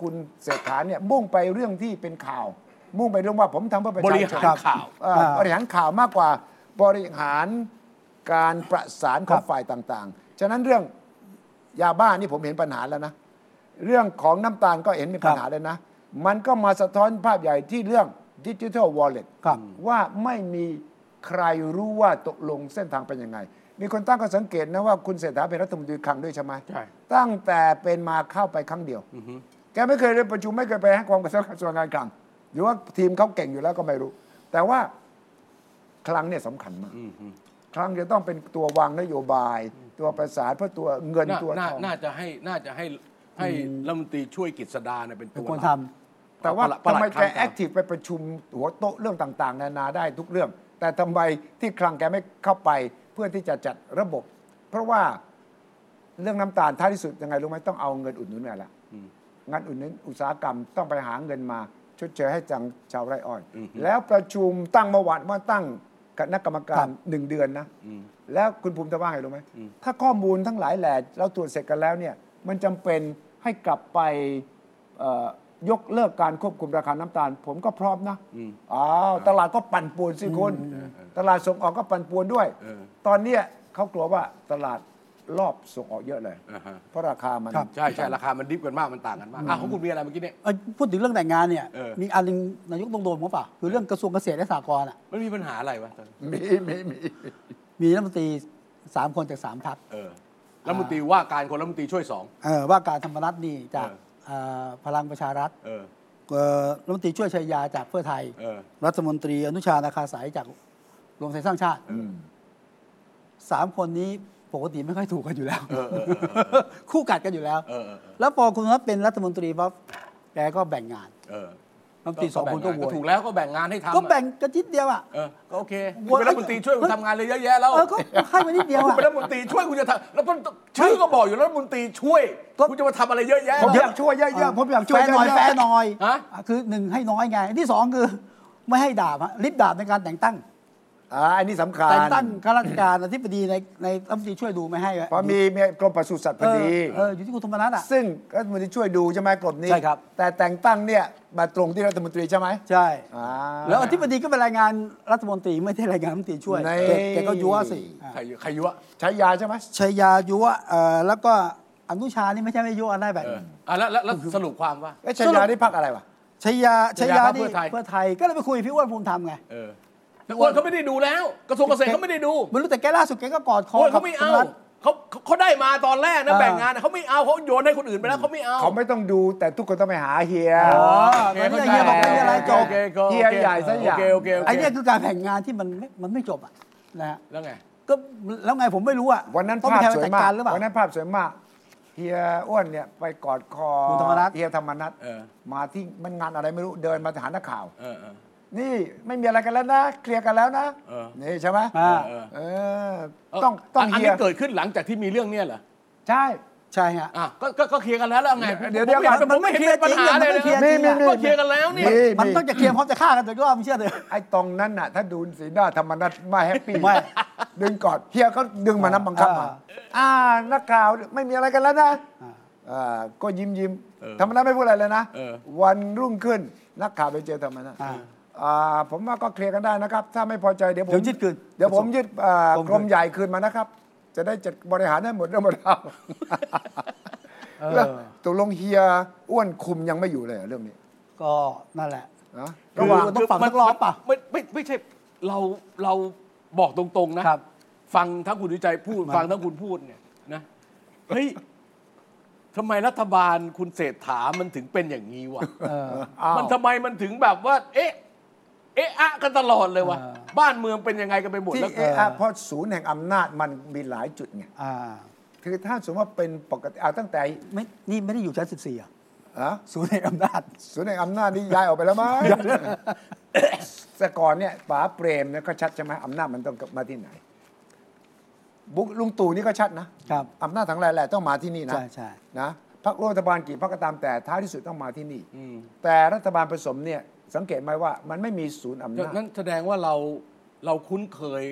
B: คุณเศรษฐาเนี่ยมุ่งไปเรื่องที่เป็นข่าว มุ่งไปเรื่องว่าผมทำเพื่อประ
C: บ
B: ชาชน
C: ริหารข่าว
B: เอ่อ
A: อ่า
B: บริหารข่าวมากกว่าบริหารการประสานขอ
A: ค
B: ง
A: รับ
B: ฝ่ายต่างๆ ฉะนั้นเรื่องยาบ้านี่ผมเห็นปัญหาแล้วนะ เรื่องของน้ำตาลก็เห็นมีปัญหาแล้วนะ มันก็มาสะท้อนภาพใหญ่ที่เรื่องดิจิทัลวอลเล็ต
A: ครับ
B: ว่าไม่มีใครรู้ว่าตกลงเส้นทางเป็นยังไง มีคนตั้งข้อสังเกตนะว่าคุณเศรษฐาเป็นรัฐมนตรีคลังด้วยใช่ไหม
C: ใช่
B: ตั้งแต่เป็นมาเข้าไปครั้งเดียว แกไม่เคยได้ประชุมไม่เคยไปให้ความกระทรวงกระทรวงการคลังหรือว่าทีมเขาเก่งอยู่แล้วก็ไม่รู้ แต่ว่าคลังเนี่ยสำคัญมากคลังจะต้องเป็นตัววางนโยบาย ตัวประสานเพื่อตัวเงิน
C: น่า
B: ตัว
C: น่า
B: ทอง
C: น่าจะให้น่าจะให้ให้รัฐมนตรีช่วยกิจสดาเนี่ยเป็น
A: เป็
C: ตั
A: น
C: ว
A: คน
C: หลั
A: ทำ
C: ก
B: แต่ว่า
C: ประหลัด
B: ทำไม
C: คลั
B: แก
C: ง
B: แอคทีฟไปประชุมหัวโต๊ะเรื่องต่างๆ นานาได้ทุกเรื่อง แต่ทำไมที่คลังแกไม่เข้าไปเพื่อที่จะจัดระบบ เพราะว่าเรื่องน้ำตาลท้ายที่สุดยังไงรู้ไหมต้องเอาเงินอุดหนุนกันละ
C: อืม
B: งานอุดหนุนอุตสาหกรรมต้องไปหาเงินมาชดเชยให้จังชาวไร่อ้อย แล้วประชุมตั้งเมื่อวานว่าตั้งคณะกรรมกา
A: ครั
B: ร
A: บ
B: หนึ่งเดือนนะ แล้วคุณภูมิจะว่าไงรู้ไหม ถ้าข้อมูลทั้งหลายแหล่เราตรวจเสร็จกันแล้วเนี่ย มันจำเป็นให้กลับไปเอ่อยกเลิกการควบคุมราคาน้ำตาล ผมก็พร้อมนะอ้าวตลาดก็ปั่นป่วนสิคุณ ตลาดส่งออกก็ปั่นป่วนด้วย
C: เออ
B: ตอนเนี้ยเขากลัวว่าตลาดรอบส่งออกเยอะเลย
C: อ่าฮะ
B: เพราะราคามัน
C: ใช่ใช่ราคามันดิฟกันมากมันต่างกันมากอ่ะของคุณมีอะไรเมื่อกี้เนี่ย
A: เอ้ยพูดถึงเรื่องแต่งงานเนี่ย
C: เออ
A: มีอันหนึงนายกต้องโดนมั้งเปล่าคือเรื่องกระทรวงเกษตรและสหกรณ์อะ
C: มันมีปัญหาอะไรวะตอนนี้
B: มีมีมี
A: มีรัฐมนตรีสามคนจากสามพัก
C: เออรัฐมนตรีว่าการคนรัฐมนตรีช่วยสอง
A: เอ่อว่าการธรรมนัฐนี่จาก
C: เออ
A: เอ่อพลังประชารัฐ
C: เออ
A: เอ่อรัฐมนตรีช่วยชัยยาจากเพื่อไทย
C: เออ
A: รัฐมนตรีอนุชานาคาสายจากรวมไทยสร้างชาติสามคนนี้ปกติไม่ค่อยถูกกันอยู่แล้ว
C: เออเออเออเออ
A: คู่กัดกันอยู่แล้ว
C: เออเออเออ
A: แล้วพอคุณนัทเป็นรัฐมนตรีปั๊บแกก็แบ่งงาน
C: เออ
A: รัฐมนตรีสองคนก็โหว
C: ถูก
A: ย
C: แล้วก็แบ่งงานให้ทำอะ
A: ก็แบ่งกระจิตเดียวอ่ะ
C: เออก็โอเค
A: โห
C: คุ
A: วต
C: ณเป็นรัฐมนตรีช่วยคุณทำงานเลยเยอะแยะแล้ว
A: เออก็ให้มานิดเดียว
C: คุณ
A: อ่ะ
C: เป็นรัฐมนตรีช่วยคุณจะทำแล้วมันชื่อก็บอกอยู่แล้วรัฐมนตรีช่วย
A: ก็
C: คุณจะมาทำอะไรเยอะแยะ
B: ผมอยากช่วยเยอะๆผมอยากช่วย
A: แฟนหน่อย
B: เยอะๆ
A: แฟนหน่อย
C: ฮะ
A: อ่ะคือหนึ่งให้น้อยไงอันที่สองคือไม่ให้ดาบฮะลิบดาบในการแต่งตั้ง
B: อ่าอันนี้สำคัญ
A: แต่งตั้งข้าราชการอธิบดีในในรัฐมนตรีช่วยดูไม่ให้
B: เพราะมีมีกรมปศุสัตว์พ
A: เออ
B: อดี
A: เอออยู่ที่คุณธรรมนัฐอ่ะ
B: ซึ่งรัฐมนตรีช่วยดูใช่ไหมกรมนี้
A: ใช่ครับ
B: แต่แต่งตั้งเนี่ยมาตรงที่รัฐมนตรีใช่ไหม
A: ใช่
B: อ่า
A: แล้วอธิบดีก็เป็นรายงานรัฐมนตรีไม่ได้รายงานรัฐมนตรีช่วย
B: ใน
A: แกแกก็ยัวสิอ่ะ
C: ใครใครยั่ว
B: ใช้ยาใช่ไหม
A: ชัยยายัวเอ่อแล้วก็อนุชานี่ไม่ใช่ไม่ยัวได้แบบ
C: เอออ่ะแล้วแล้วแล้วสรุปความว่า
B: ไอ้วชัยยานี่พักอะไรวะ
A: ชัยยาชัยยานี่
C: ชัยยาพรรคเพื่อไทย
A: เพื่อไทยก็เลยไปคุยพี่อ้วนภูมิธรรมไง
C: เออ แต่อ้วนเขาไม่ได้ดูแล้ว กระทรวงเกษตรเขาไม่ได้ดู
A: ไม่รู้แต่แกล่าสุดแกก็กอดคอ
C: อ้ว
A: กั
C: น
A: บ
C: เขาไม่เอา
A: คุณรัฐ
C: เขาเขาเขาได้มาตอนแรกนะ
A: อ่า
C: แบ่งงานนะเขาไม่เอาเขาโยนให้คนอื่นไปแล้วเขาไม่เอา
B: เขาไม่ต้องดูแต่ทุกคนต้องไปหาเฮีย
A: อ๋อตอนนี้เฮียบอกไม่มีอะไรจบ
C: โอเคโอเค
B: เฮียใหญ่ซะอย่าง
C: โอเคโอเคโอเค
A: ไอ้เนี่ยคือการแข่งงานที่มันไม่มันไม่จบอ่ะนะฮะ
C: แล้วไง
A: ก็แล้วไงผมไม่รู้อ่ะ
B: วันนั้น
A: ต้อง
B: ภาพ
A: ไป
B: สวย
A: จัด
B: มาก
A: การหรือเปล่า
B: วันนั้นภาพสวยมากเฮียอ้วนเนี่ยไปกอดคอ
A: คุณธรรมนัส
B: เฮียธรรมนัท
C: เออ
B: มาที่มันงานอะไรไม่รู้เดินมาหานักข่าว
C: เออเออ
B: นี่ไม่มีอะไรกันแล้วนะ เคลียร์กันแล้วนะ
C: เออ
B: นี่ใช่ไหม
A: อ่า
C: เออ
B: เออต้องต้อง
C: อัน
B: เฮีย
C: นี้เกิดขึ้นหลังจากที่มีเรื่องเนี่ยเหรอ
B: ใช่
A: ใช่ฮะ
C: อ่ะก็ก็ก็เคลียร์กันแล้วแล้วไง
B: เดี๋ยวเดี๋ยว
C: ผมไม่ห็น
B: มัน
C: ผมไม่เห็นเป็นปัญหาเลย
A: มันไม่
C: นะ
A: เคลียร์
B: มีมีมี
C: ก็เคลียร์กันแล้วเนี่ย
A: มันต้องจะเคลียร์พร้อมจะฆ่ากันแต่ก็ไม่เชื่อเลย
B: ไอ้ตรงนั้นน่ะ ถ้าดูสีหน้าธรรมนัตไม่แฮปปี้
A: ไม่
B: ดึงกอดเฮียก็ดึงมานับบังคับมา
A: อ่า
B: อ่านักข่าวไม่มีอะไรกันแล้วนะอ่าก็ยิ้มยิ้ม
C: เออ
B: ธรรมนัตไม่พูดอะไรเลยนะ
C: เออ
B: วันรุ่งขึ้นนักข่าวไปเจอธรรมนัต
A: อ่า
B: อ่าผมว่าก็เคลียร์กันได้นะครับ ถ้าไม่พอใจเดี๋ยวผม
A: เดี๋ยวยึดคืน
B: เดี๋ยวผมยึดอ่าก
A: รมคืน
B: กรมใหญ่คืนมานะครับ จะได้จัดบริหารให้หมดเรื่องหมดราวแล้วตกลงเฮียอ้วนคุมยังไม่อยู่เลยเหรอเรื่องนี้
A: ก็นั่นแหละ
B: นะ
A: ระหว่างต้องฝังสักรอบป่ะ
C: ไม่ไม่ไม่ใช่เราเราบอกตรงๆนะครับ ฟังทั้งคุณวิจัยพูด
A: มา
C: ฟังทั้งคุณพูดเนี่ยนะเฮ้ยทำไมรัฐบาลคุณเศรษฐามันถึงเป็นอย่างนี้วะ
A: เออ
B: อ้าว
C: มันทำไมมันถึงแบบว่า เอ๊ะ เอ๊ะอะกันตลอดเลยวะ
A: เออ
C: บ้านเมืองเป็นยังไงกันไปหมด
B: ที่
C: แล้ว
B: เออเพราะศูนย์แห่งอำนาจมันมีหลายจุดไง
A: อ่า
B: คือถ้าสมมติว่าเป็นปกติเอาตั้งแต่
A: ไม่นี่ไม่ได้อยู่ชั้น14อ่ะ
B: อ่ะ
A: ศูนย์ในอำนาจ
B: ศูนย์แห่งอำนาจนี่ย้ายออกไปแล้วมั้ง แต่ก่อนเนี่ยป๋าเปรมเนี่ยก็ชัดใช่ไหมอำนาจมันต้องมาที่ไหน บุกลุงตู่นี่ก็ชัดนะครับ อำนาจทั้งหลายแหละต้องมาที่นี่นะ
A: ใช่ใช่
B: นะพรรคร่วมรัฐบาลกี่พรรคก็ตามแต่ท้ายที่สุดต้องมาที่นี่
C: อืม
B: แต่รัฐบาลผสมเนี่ยสังเกตไหมว่า มันไม่มีศูนย์อำนาจ
C: นั่นแสดงว่าเราเราคุ้นเคย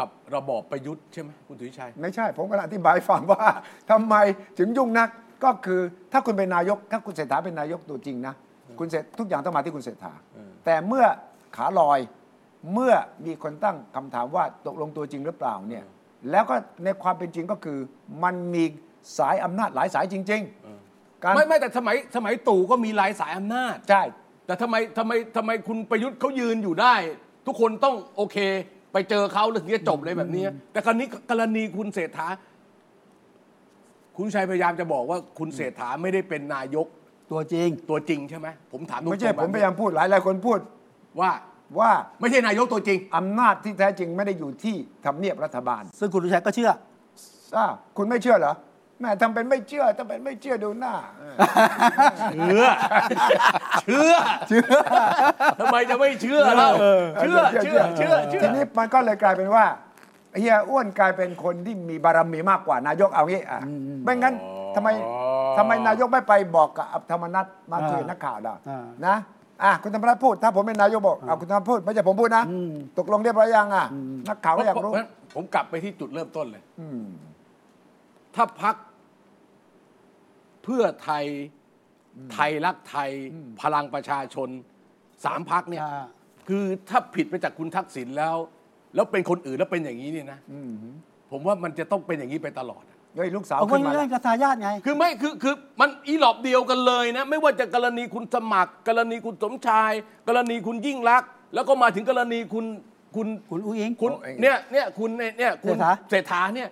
C: กับระบอบประยุทธ์ใช่ไหมคุณถุยชัย
B: ไม่ใช่ ผมกำลังอธิบายให้ฟังว่า ทำไมถึงยุ่งนักก็คือถ้าคุณเป็นนายก ถ้าคุณเศรษฐาเป็นนายกตัวจริงนะ คุณเศรษทุกอย่างต้องมาที่คุณเศรษฐา
C: เออ
B: แต่เมื่อขาลอยเมื่อมีคนตั้งคำถามว่าตกลงตัวจริงหรือเปล่าเนี่ยแล้วก็ในความเป็นจริงก็คือ มันมีสายอำนาจหลายสายจริง ๆ การ
C: ไม่ไม่แต่สมัยสมัยตู่ก็มีหลายสายอำนาจ
B: ใช่
C: แต่ทำไมทำไมทำไมคุณประยุทธ์เขายืนอยู่ได้ ทุกคนต้องโอเค ไปเจอเขาแล้วถึงจะจบเลยแบบนี้ แต่กรณีกรณีคุณเศรษฐา คุณชัยพยายามจะบอกว่าคุณเศรษฐาไม่ได้เป็นนายก
A: ตัวจริง
C: ตัวจริงใช่ไหมผมถามตรงๆ
B: ไม่ใช่
C: แบบ
B: ผม
C: นี้
B: พยายามพูดหลายหลายๆคนพูด
C: ว่า
B: ว่า
C: ไม่ใช่นายกตัวจริง
B: อำนาจที่แท้จริงไม่ได้อยู่ที่ทำเนียบรัฐบาล
A: ซึ่งคุณลุชัยก็เชื่อ
B: อ้าวคุณไม่เชื่อเหรอแม่ทำเป็นไม่เชื่อทำเป็นไม่เชื่อดูหน้าเออ
C: เชื่อ เชื่อเชื่อทำไมจะไม่เชื่อเล่าเชื่อเชื่อเชื่อเชื่อ
B: ทีนี้มันก็เลยกลายเป็นว่าเฮียอ้วนกลายเป็นคนที่มีบารมีมากกว่านายกเอางี้อ่ะไม่งั้น
C: อ๋อ
B: ทำไมทำไมนายกไม่ไปบอกกับธรรมนัฐมาคุยกับ
A: อ่า
B: นักข่าวล่ะ
A: อ่า
B: นะอ่ะคุณธรรมนัฐพูด ถ้าผมเป็นนายกบอกอ่ะคุณธรรมนัฐพูดไม่ใช่ผมพูดนะ
A: อืม
B: ตกลงเรียบร้อยยังอ่ะนักข่าวก็อยากรู้
C: เพะฉะนั้นผมกลับไปที่จุดเริ่มต้นเลย
B: อืม
C: ถ้าพักเพื่อไทยไทยรักไทยพลังประชาชนสามพักเนี่ย
A: อ่า
C: คือถ้าผิดไปจากคุณทักษิณแล้ว แล้วเป็นคนอื่นแล้วเป็นอย่างนี้เนี่ยนะผมว่ามันจะต้องเป็นอย่างนี้ไปตลอด
B: โดยลูกสาว
A: เอาค
B: ขึ้
A: น
B: นมา
A: นี้
B: แล้ว
A: เล่นกระทายาทไง
C: คือไม่คือคือมันอีหลอบเดียวกันเลยนะ ไม่ว่าจะกรณีคุณสมัคร กรณีคุณสมชาย กรณีคุณยิ่งรักษณ์แล้วก็มาถึงกรณีคุณคุณ
A: คุณอุ้งอิง
C: คุณเนี่ยเนี่ยคุณเนี่ยเนี่ยคุณ
A: เศรษฐา
C: เศรษฐาเนี่ย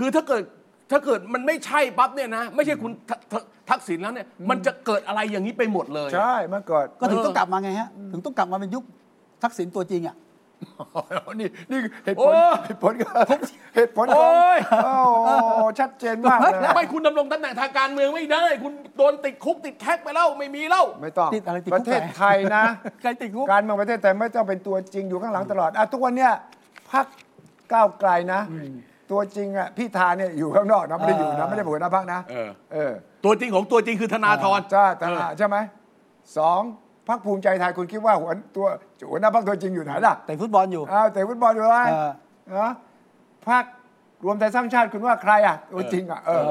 C: คือถ้าเกิดถ้าเกิดมันไม่ใช่ปั๊บเนี่ยนะ ไม่ใช่คุณทักทักทักษิณแล้วเนี่ยมันจะเกิดอะไรอย่างนี้ไปหมดเลย
B: ใช่มันเกิด
A: ก็ถึงต้องกลับมาไงฮะ ถึงต้องกลับมาเป็นยุคทักษิณตัวจริงอ่ะ
B: นี่นี่เหตุ
C: โอ้
B: ผล
C: ย
B: เหตุผลก็เหตุผลข
C: โอ้
B: อง
C: ย
B: โอ้โหชัดเจนมากเลย
C: ไม่คุณดำรงตำแหน่งทางการเมืองไม่ได้ คุณโดนติดคุกติดแคกไปแล้วไม่มีแล้ว
B: ไม่ต้อง
A: ติดอะไรติดคุก
B: ประเทศไทยนะ
A: ใครติดคุก
B: การเมืองประเทศไทยไม่ต้องเป็นตัวจริงอยู่ข้างหลังตลอดอ่ะทุกวันเนี้ยพักก้าวไกลนะ ตัวจริงอ่ะพี่ธาเนี่ยอยู่ข้างนอกนะไม่ได้อยู่นะไม่ได้เป็นหัวหน้าพักนะ
C: เออ
B: เออ
C: ตัวจริงของตัวจริงคือธนาธร
B: จ้าธนาใช่ไหมสองพักภูมิใจไทยคุณคิดว่าหัวตัวหัวหน้าพักตัวจริงอยู่ไหนล่ะ
A: แต่ฟุตบอลอยู่
B: อ้าวแต่ฟุตบอลอยู่ไร
A: เออ
B: นะพักรวมไทยสร้างชาติคุณว่าใครอ่ะตัวจริงอ่ะเออ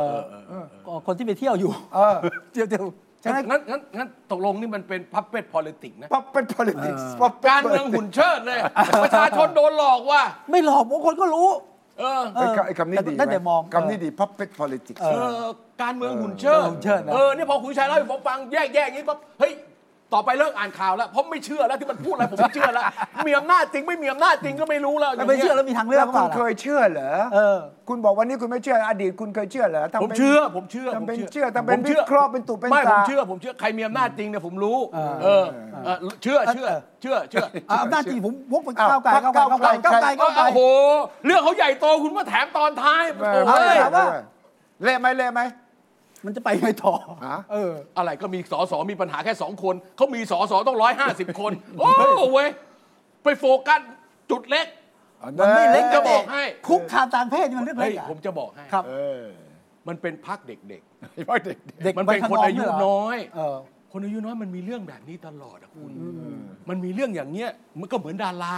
A: ก็คนที่ไปเที่ยวอยู่
B: เออ
A: เที่ยวเที่ยว
B: ฉะนั้น
C: งั้นงั้นงั้นตกลงนี่มันเป็นพับเป็ด politics นะ
B: ปั๊บเป็น politics ปั๊บป็น
C: การเมือง
B: politics
C: หุ่นเชิดเลย ประชาชนโดนหลอกว่ะ
A: ไม่หลอกบางคนก็รู้
C: เออ
A: เออ
B: ไอ้คำนี้ดีไห
A: แต่แต่มอง
B: คำนี้ดี puppet politics
C: เออการเมืองหุ่นเชิด
A: หุ่นเชิดนะ
C: เออเนี่ยพอคุณชายเล่าให้ผมฟังแยกแยกอย่างนี้ปั๊บเฮ้ย ต่อไปเลิกอ่านข่าวแล้วเพราะไม่เชื่อแล้วที่มันพูดอะไรผมไม่เชื่อแล้วมีอำนาจจริงไม่มีอำนาจจริงก็ไม่รู้แล้ว
A: มันไม่เชื่อแล้วมีทางเลือ
B: แล้
A: ก
B: ว
A: เป
B: คุ
A: ล่า
B: ณเค
A: ล่ะ
B: ยเชื่อเหรอ
A: เออ
B: คุณบอกวันนี้คุณไม่เชื่อ อดีตคุณเคยเชื่อเหรอทำ
C: ผม
B: ป็น
C: เชื่อผมเชื่อ
B: ทำเป็น
C: ผม
B: เชื่อทำเป็น
C: ผม
B: วิเคราะห์เป็นตุเป็น
C: ไม่ผม
B: ตา
C: เชื่อผมเชื่อใครมีอำนาจจริงเนี่ยผมรู้
A: เออ
C: เออเออเชื่อเชื่อเชื่อเชื่อ
A: อ่ะอำนาจจริงผมวกไป
B: อ้าว
A: ก้าวไกลก้าวไกลก้าวไกลก้าวไกลก้าวไกล
C: โอ้โห เรื่องเขาใหญ่โตคุณมาแถมตอนท้าย
B: เอ
C: โอ้
B: อ
C: โหเฮ้ย
A: ถามว่า
B: เละไหมเละไหม
A: มันจะไปไงต่อ
B: ฮะ
A: เออ
C: อะไรก็มีสอสอมีปัญหาแค่สองคน เขามีสอสอต้องร้อยห้าสิบคน โอ้เว้ย ไปโฟกัสจุดเล็ก
A: มันไม่เล็ก
C: จะบอกให้
A: คุกคามทางเพศนี่มันเรื่องเล็
C: เฮ้
A: ก
C: ย
A: อะ
C: ผมจะบอกให้
A: ครับ
B: เออ
C: มันเป็นพักเด็ก
B: เพราะเด็ก
A: เด็ก
C: ๆ มันเป็นคนอายุน้อย
A: เออ
C: คนอายุน้อยมันมีเรื่องแบบนี้ตลอดอะคุณ มันมีเรื่องอย่างเงี้ย มันก็เหมือนดารา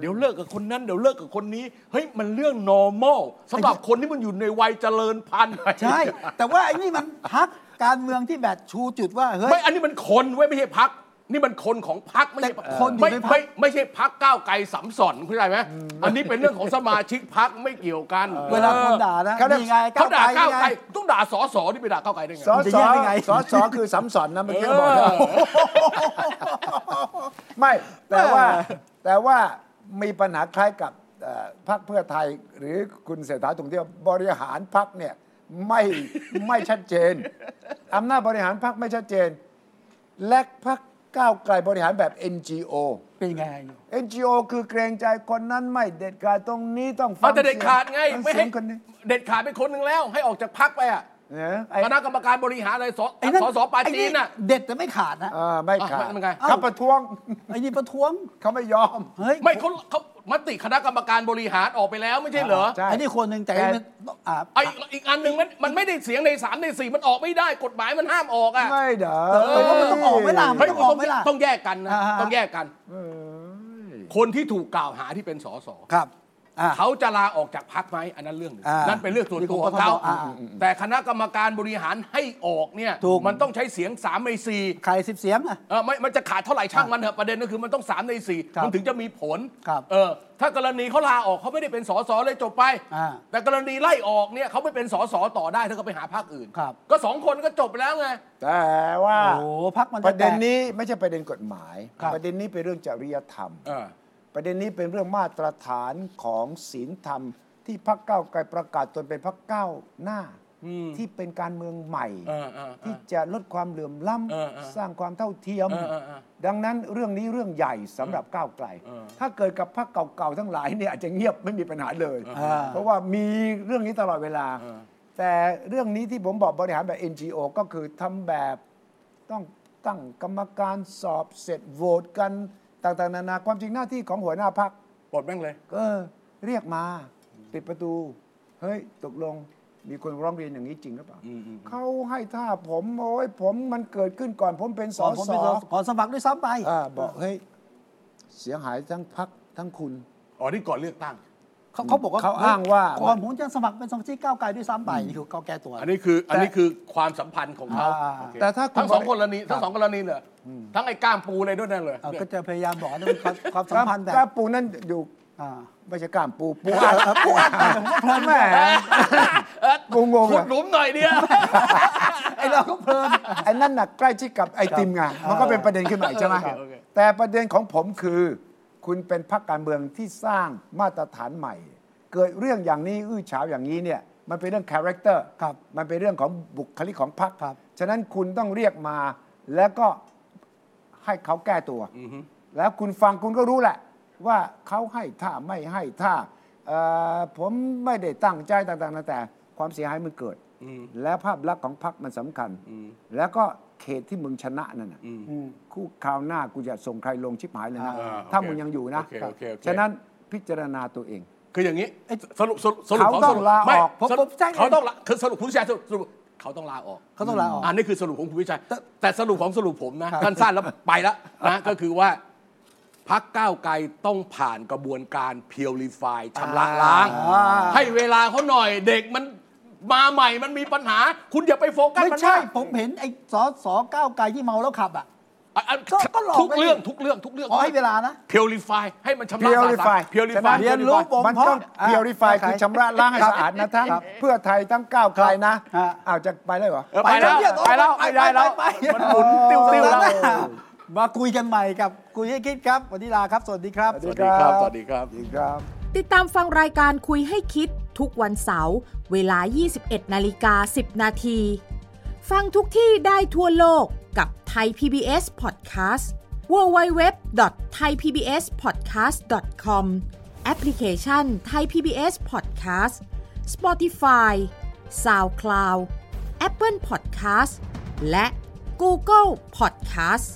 C: เดี๋ยวเลิกกับคนนั้น เดี๋ยวเลิกกับคนนี้ เฮ้ย มันเรื่อง normal สำหรับคนที่มันอยู่ในวัยเจริญพันธุ์
A: ใช่ แต่ว่าไอ้นี่มันพักการเมืองที่แบบชูจุดว่าเฮ้ย
C: ไม่ อันนี้มันคนเว้ยไม่ใช่พัก นี่มันคนของพักไม่ใช่
A: แต่คนอยู่
C: ไม่
A: ในพรรค
C: ไม่ไม่ใช่พักก้าวไกลสัมสอนเข้าใจไหมอันนี้เป็นเรื่องของสมาชิกพักไม่เกี่ยวกัน
A: เวลาคนด่านะ
B: เขาเรียก
A: นี่ไง
C: เขาด่าก้าว
A: นี่
C: ไกล
A: ไง
C: ต้องด่าสอสอที่ไปด่าก้าวไกลได้ไง
B: สอ
A: มันจะ
B: ส
A: แย
B: อก
A: ได้ไง
B: สอสอคือสัมสอนนะเมื่อกี้
C: เออ
B: บอกแล้วไม่ แต่ว่าแต่ว่ามีปัญหาคล้ายกับเอ่อพรรคเพื่อไทย หรือคุณเศรษฐาตรงที่ว่าบริหารพรรคเนี่ยไม่ไม่ชัดเจนอำนาจบริหารพรรคไม่ชัดเจน และพรรคก้าวไกลบริหารแบบ NGO
A: เป็นไง
B: NGO คือเกรงใจคนนั้นไม่เด็ดขาดตรงนี้ต้องฟั
C: เอา
B: ง
C: แต่เด็ดขาดไง
B: ฟั
C: ไม่
B: เสี
C: ให้
B: ยงคนนี้
C: เด็ดขาดไปคนหนึ่งแล้ว ให้ออกจากพักไปอ่ะ
B: เนี่ยไอ้
C: คณะกรรมการบริหารอะไรสอ
A: ไนั่น
C: สอสอปาจีนน่ะ
A: ไเด็ดแต่ไม่ขาดนะ
B: อ่าไม่ขาด
C: อ่ะมันมันไง
B: เขาประท้วง
A: ไอ้นี่ประท้วง
B: เขาไม่ยอม
A: เฮ้ย
C: ไม่เขาเขามติคณะกรรมการบริหารออกไปแล้วไม่ใช่เหรอ
B: ใช่
A: ไอ้นี่คนหนึ่งแต่ไอ้มันอ่ะ
C: ไออีกอันหนึ่งมันมันไม่ได้เสียงในสามในสี่มันออกไม่ได้กฎหมายมันห้ามออกอ่ะ
B: ไม่เด้อ
A: แต่ว่ามันต้องออกไหม่ล่ะมั
C: เฮ้
A: น
C: ย
A: ต้องอ
C: ต้อ
A: อก
C: ง
A: ไหม่ล่ะ
C: ต้องแยกกันนะ
A: อ่าฮะ
C: ต้องแยกกัน
B: เออ
C: คนที่ถูกกล่าวหาที่เป็นสส
A: ครับ อ่ะ
C: เขาจะลาออกจากพักไหมอันนั้นเรื่องหนึ่ง
A: อ่านั่
C: นั่นเป็นเรื่องส่วนตัว
A: นี่คือ
C: ของเขา
A: ข้อข้ออ่า
C: แต่คณะกรรมการบริหารให้ออกเนี่ย
A: ถูก
C: มันต้องใช้เสียง3ามในสี่
A: ใครสิบเสียงอ่ะ
C: เออไม่มันจะขาดเท่าไหร่ช่างมันเถอะประเด็นก็คือมันต้อง3ามในสี่
A: ครับ
C: มันถึงจะมีผล
A: ครับ
C: เออถ้ากรณีเขาลาออกเขาไม่ได้เป็นสสเลยจบไป
A: อ่า
C: แต่กรณีไล่ออกเนี่ยเขาไม่เป็นสสต่อได้ถ้าเขาไปหาพรรคอื่น
A: ครับ
C: ก็สองคนก็จบไปแล้วไง
B: แต่ว่า
A: โอ้โหพักมันจ
B: ประเด็น
A: แตก
B: นี้ไม่ใช่ประเด็นกฎหมาย
A: ครับ
B: ประเด็นนี้เป็นเรื่องจริยธรรม
C: เออ
B: ประเด็นนี้เป็นเรื่องมาตรฐานของศีลธรรม ที่พักเก้าวไกลประกาศตนเป็นพักก้าวหน้า
C: อืม
B: ที่เป็นการเมืองใหม่
C: เออเออเออ
B: ที่จะลดความเหลื่อมล้
C: เออเออ
B: ำสร้างความเท่าเทียม
C: เออเออเออ
B: ดังนั้นเรื่องนี้เรื่องใหญ่สำหรับก้าวไกล
C: เออ
B: ถ้าเกิดกับพรรคเก่าๆทั้งหลายเนี่ยอาจจะเงียบไม่มีปัญหาเลย
A: อ่า
B: เพราะว่ามีเรื่องนี้ตลอดเวลา
C: เออ
B: แต่เรื่องนี้ที่ผมบอกบริหารแบบ NGO ก็คือทำแบบต้องตั้งกรรมการสอบเสร็จโหวตกันต่างๆนานาความจริงหน้าที่ของหัวหน้าพัก
C: ปลดแม่งเลย
B: ก็เรียกมา ปิดประตู เฮ้ย ตกลงมีคนร้องเรียนอย่างนี้จริงหรือเปล่า
C: อืมอืม
B: เขาให้ท่าผมโอ้ยผมมันเกิดขึ้นก่อนผมเป็นส
A: ก่อนผม
B: ส
A: เป็นสอก่อนสมัครด้วยซ้ำไป
B: อ่าบอกเฮ้ยเสียหายทั้งพักทั้งคุณ
C: อ๋อนี่ก่อนเลือกตั้ง
A: เขาเขาบอกว่า
B: เขาอ้างว่า
A: ก่อนผมจะสมัครเป็นสมาชิกก้าวไกลด้วยซ้ำไปนี่คือเขาแก้ตัว
C: อันนี้คืออันนี้คือความสัมพันธ์ของเขา
A: อ่า
C: โอเค
B: แต่ถ้าคุณ
C: ทั้งสอง
B: บริ
C: กรณีทั้งสองกรณีเลยทั้งไอ้ก้ามปูเลยด้วยนั่นเลย
A: เอ่อก็จะพยายามบอกว่าเป็น ความความสัมพันธ์แบ
B: กล้า
A: บ
B: ปูนั่นอยู่
A: อ่า
B: ไม่ใช่กล้ามปูปูอัดปูอัดพลันแม่
C: เอ๊ะ
B: งงๆอะ
C: ขุดหลุมหน่อยเดียว
B: ไอเราก็เพลินไอ้นั่นน่ะใกล้ชิดกับไอติมไงมันก็เป็นประเด็นขึ้นมาอีกใช่ไหมแต่ประเด็นของผมคือ คุณเป็นพรรคการเมืองที่สร้างมาตรฐานใหม่ เกิดเรื่องอย่างนี้อื้อฉาวอย่างนี้เนี่ยมันเป็นเรื่องคาแรคเตอร์
A: ครับ
B: มันเป็นเรื่องของบุคลิกของพรรค
A: ครับ
B: ฉะนั้นคุณต้องเรียกมาแล้วก็ให้เขาแก้ตัว แล้วคุณฟังคุณก็รู้แหละ ว่าเขาให้ท่าไม่ให้ท่าเอ่อผมไม่ได้ตั้งใจต่างๆนะแต่ความเสียหายมันเกิด แล้วภาพลักษณ์ของพรรคมันสำคัญ แล้วก็เขตที่มึงชนะนั่นนะคู่คราวหน้ากูจะส่งใครลงชิบหายเลยนะ
A: อ่า
B: ถ้ามึงยังอยู่นะ
C: โเคโอเคโอเค
B: ฉะนั้นพิจารณาตัวเอง
C: คืออย่างนี้สรุปสรุปสรุป
B: เขาต้อง
C: สรุป
B: ลา
C: ไม่
B: ออกผม
C: สรุป
A: ผมใช่ไง
C: เขาต้องลาคือสรุปคุณวิชัยสรุปสรุปเขาต้องลาออก
A: เขาต้องลาออก
C: อันนี้คือสรุปของคุณวิชัย
A: แต่
C: แต่สรุปของสรุปผมนะครับ สั้นๆแล้วไปแล้วนะ ก็คือว่าพักก้าวไกลต้องผ่านกระบวนการเพียวรีไฟชำระล้าง
A: อ่า
C: ให้เวลาเขาหน่อยเด็กมันมาใหม่มันมีปัญหา คุณอย่าไปโฟกัส
A: ไม่
C: มัน
A: ใช่
C: มาก
A: ผมเห็นไอ้สอสอก้าวไกลที่เมาแล้วขับอ่ะ
C: อ่ะอ่ะ
A: ก็ก็หลอก
C: ทุก
A: ไป
C: เรื่องทุกเรื่องทุกเรื่อง
A: ขอให้เวลานะ
C: เพียวรีไฟให้มันชำระ
B: Purify
C: เพียวรีไฟ
B: ชำระ
A: เรียนรู้บ่ม
B: มันต้อง
A: เพาะอ่ะ
B: purify คือชำระล้างให้
A: ครับ
B: สะอาดนะทั้ง
A: ครับ
B: เพื่อไทยทั้งก้าวไกลนะ
A: อ่า
B: อ้าวจะไปเลยเหรอ
C: ไปแล้ว
A: เนี่ย
C: ไปแล้ว
A: ไป
C: ไปแล้ว
A: ไปไปไป
C: มันหมุนติ้วๆแล้ว
A: ไปไป มาคุยกันใหม่กับคุยให้คิดครับ วันนี้ลาครับ สวัสดีครับ
C: สวัสดีครับ สวัสดีครับ
B: สวัสดีครับ
G: ติดตามฟังรายการคุยให้คิดทุกวันเสาร์เวลา 21 นาฬิกา 10 นาที ฟังทุกที่ได้ทั่วโลกกับ ไทย PBS Podcast www.thaipbspodcast.com แอปพลิเคชัน ไทย PBS Podcast Spotify SoundCloud Apple Podcast และ Google Podcast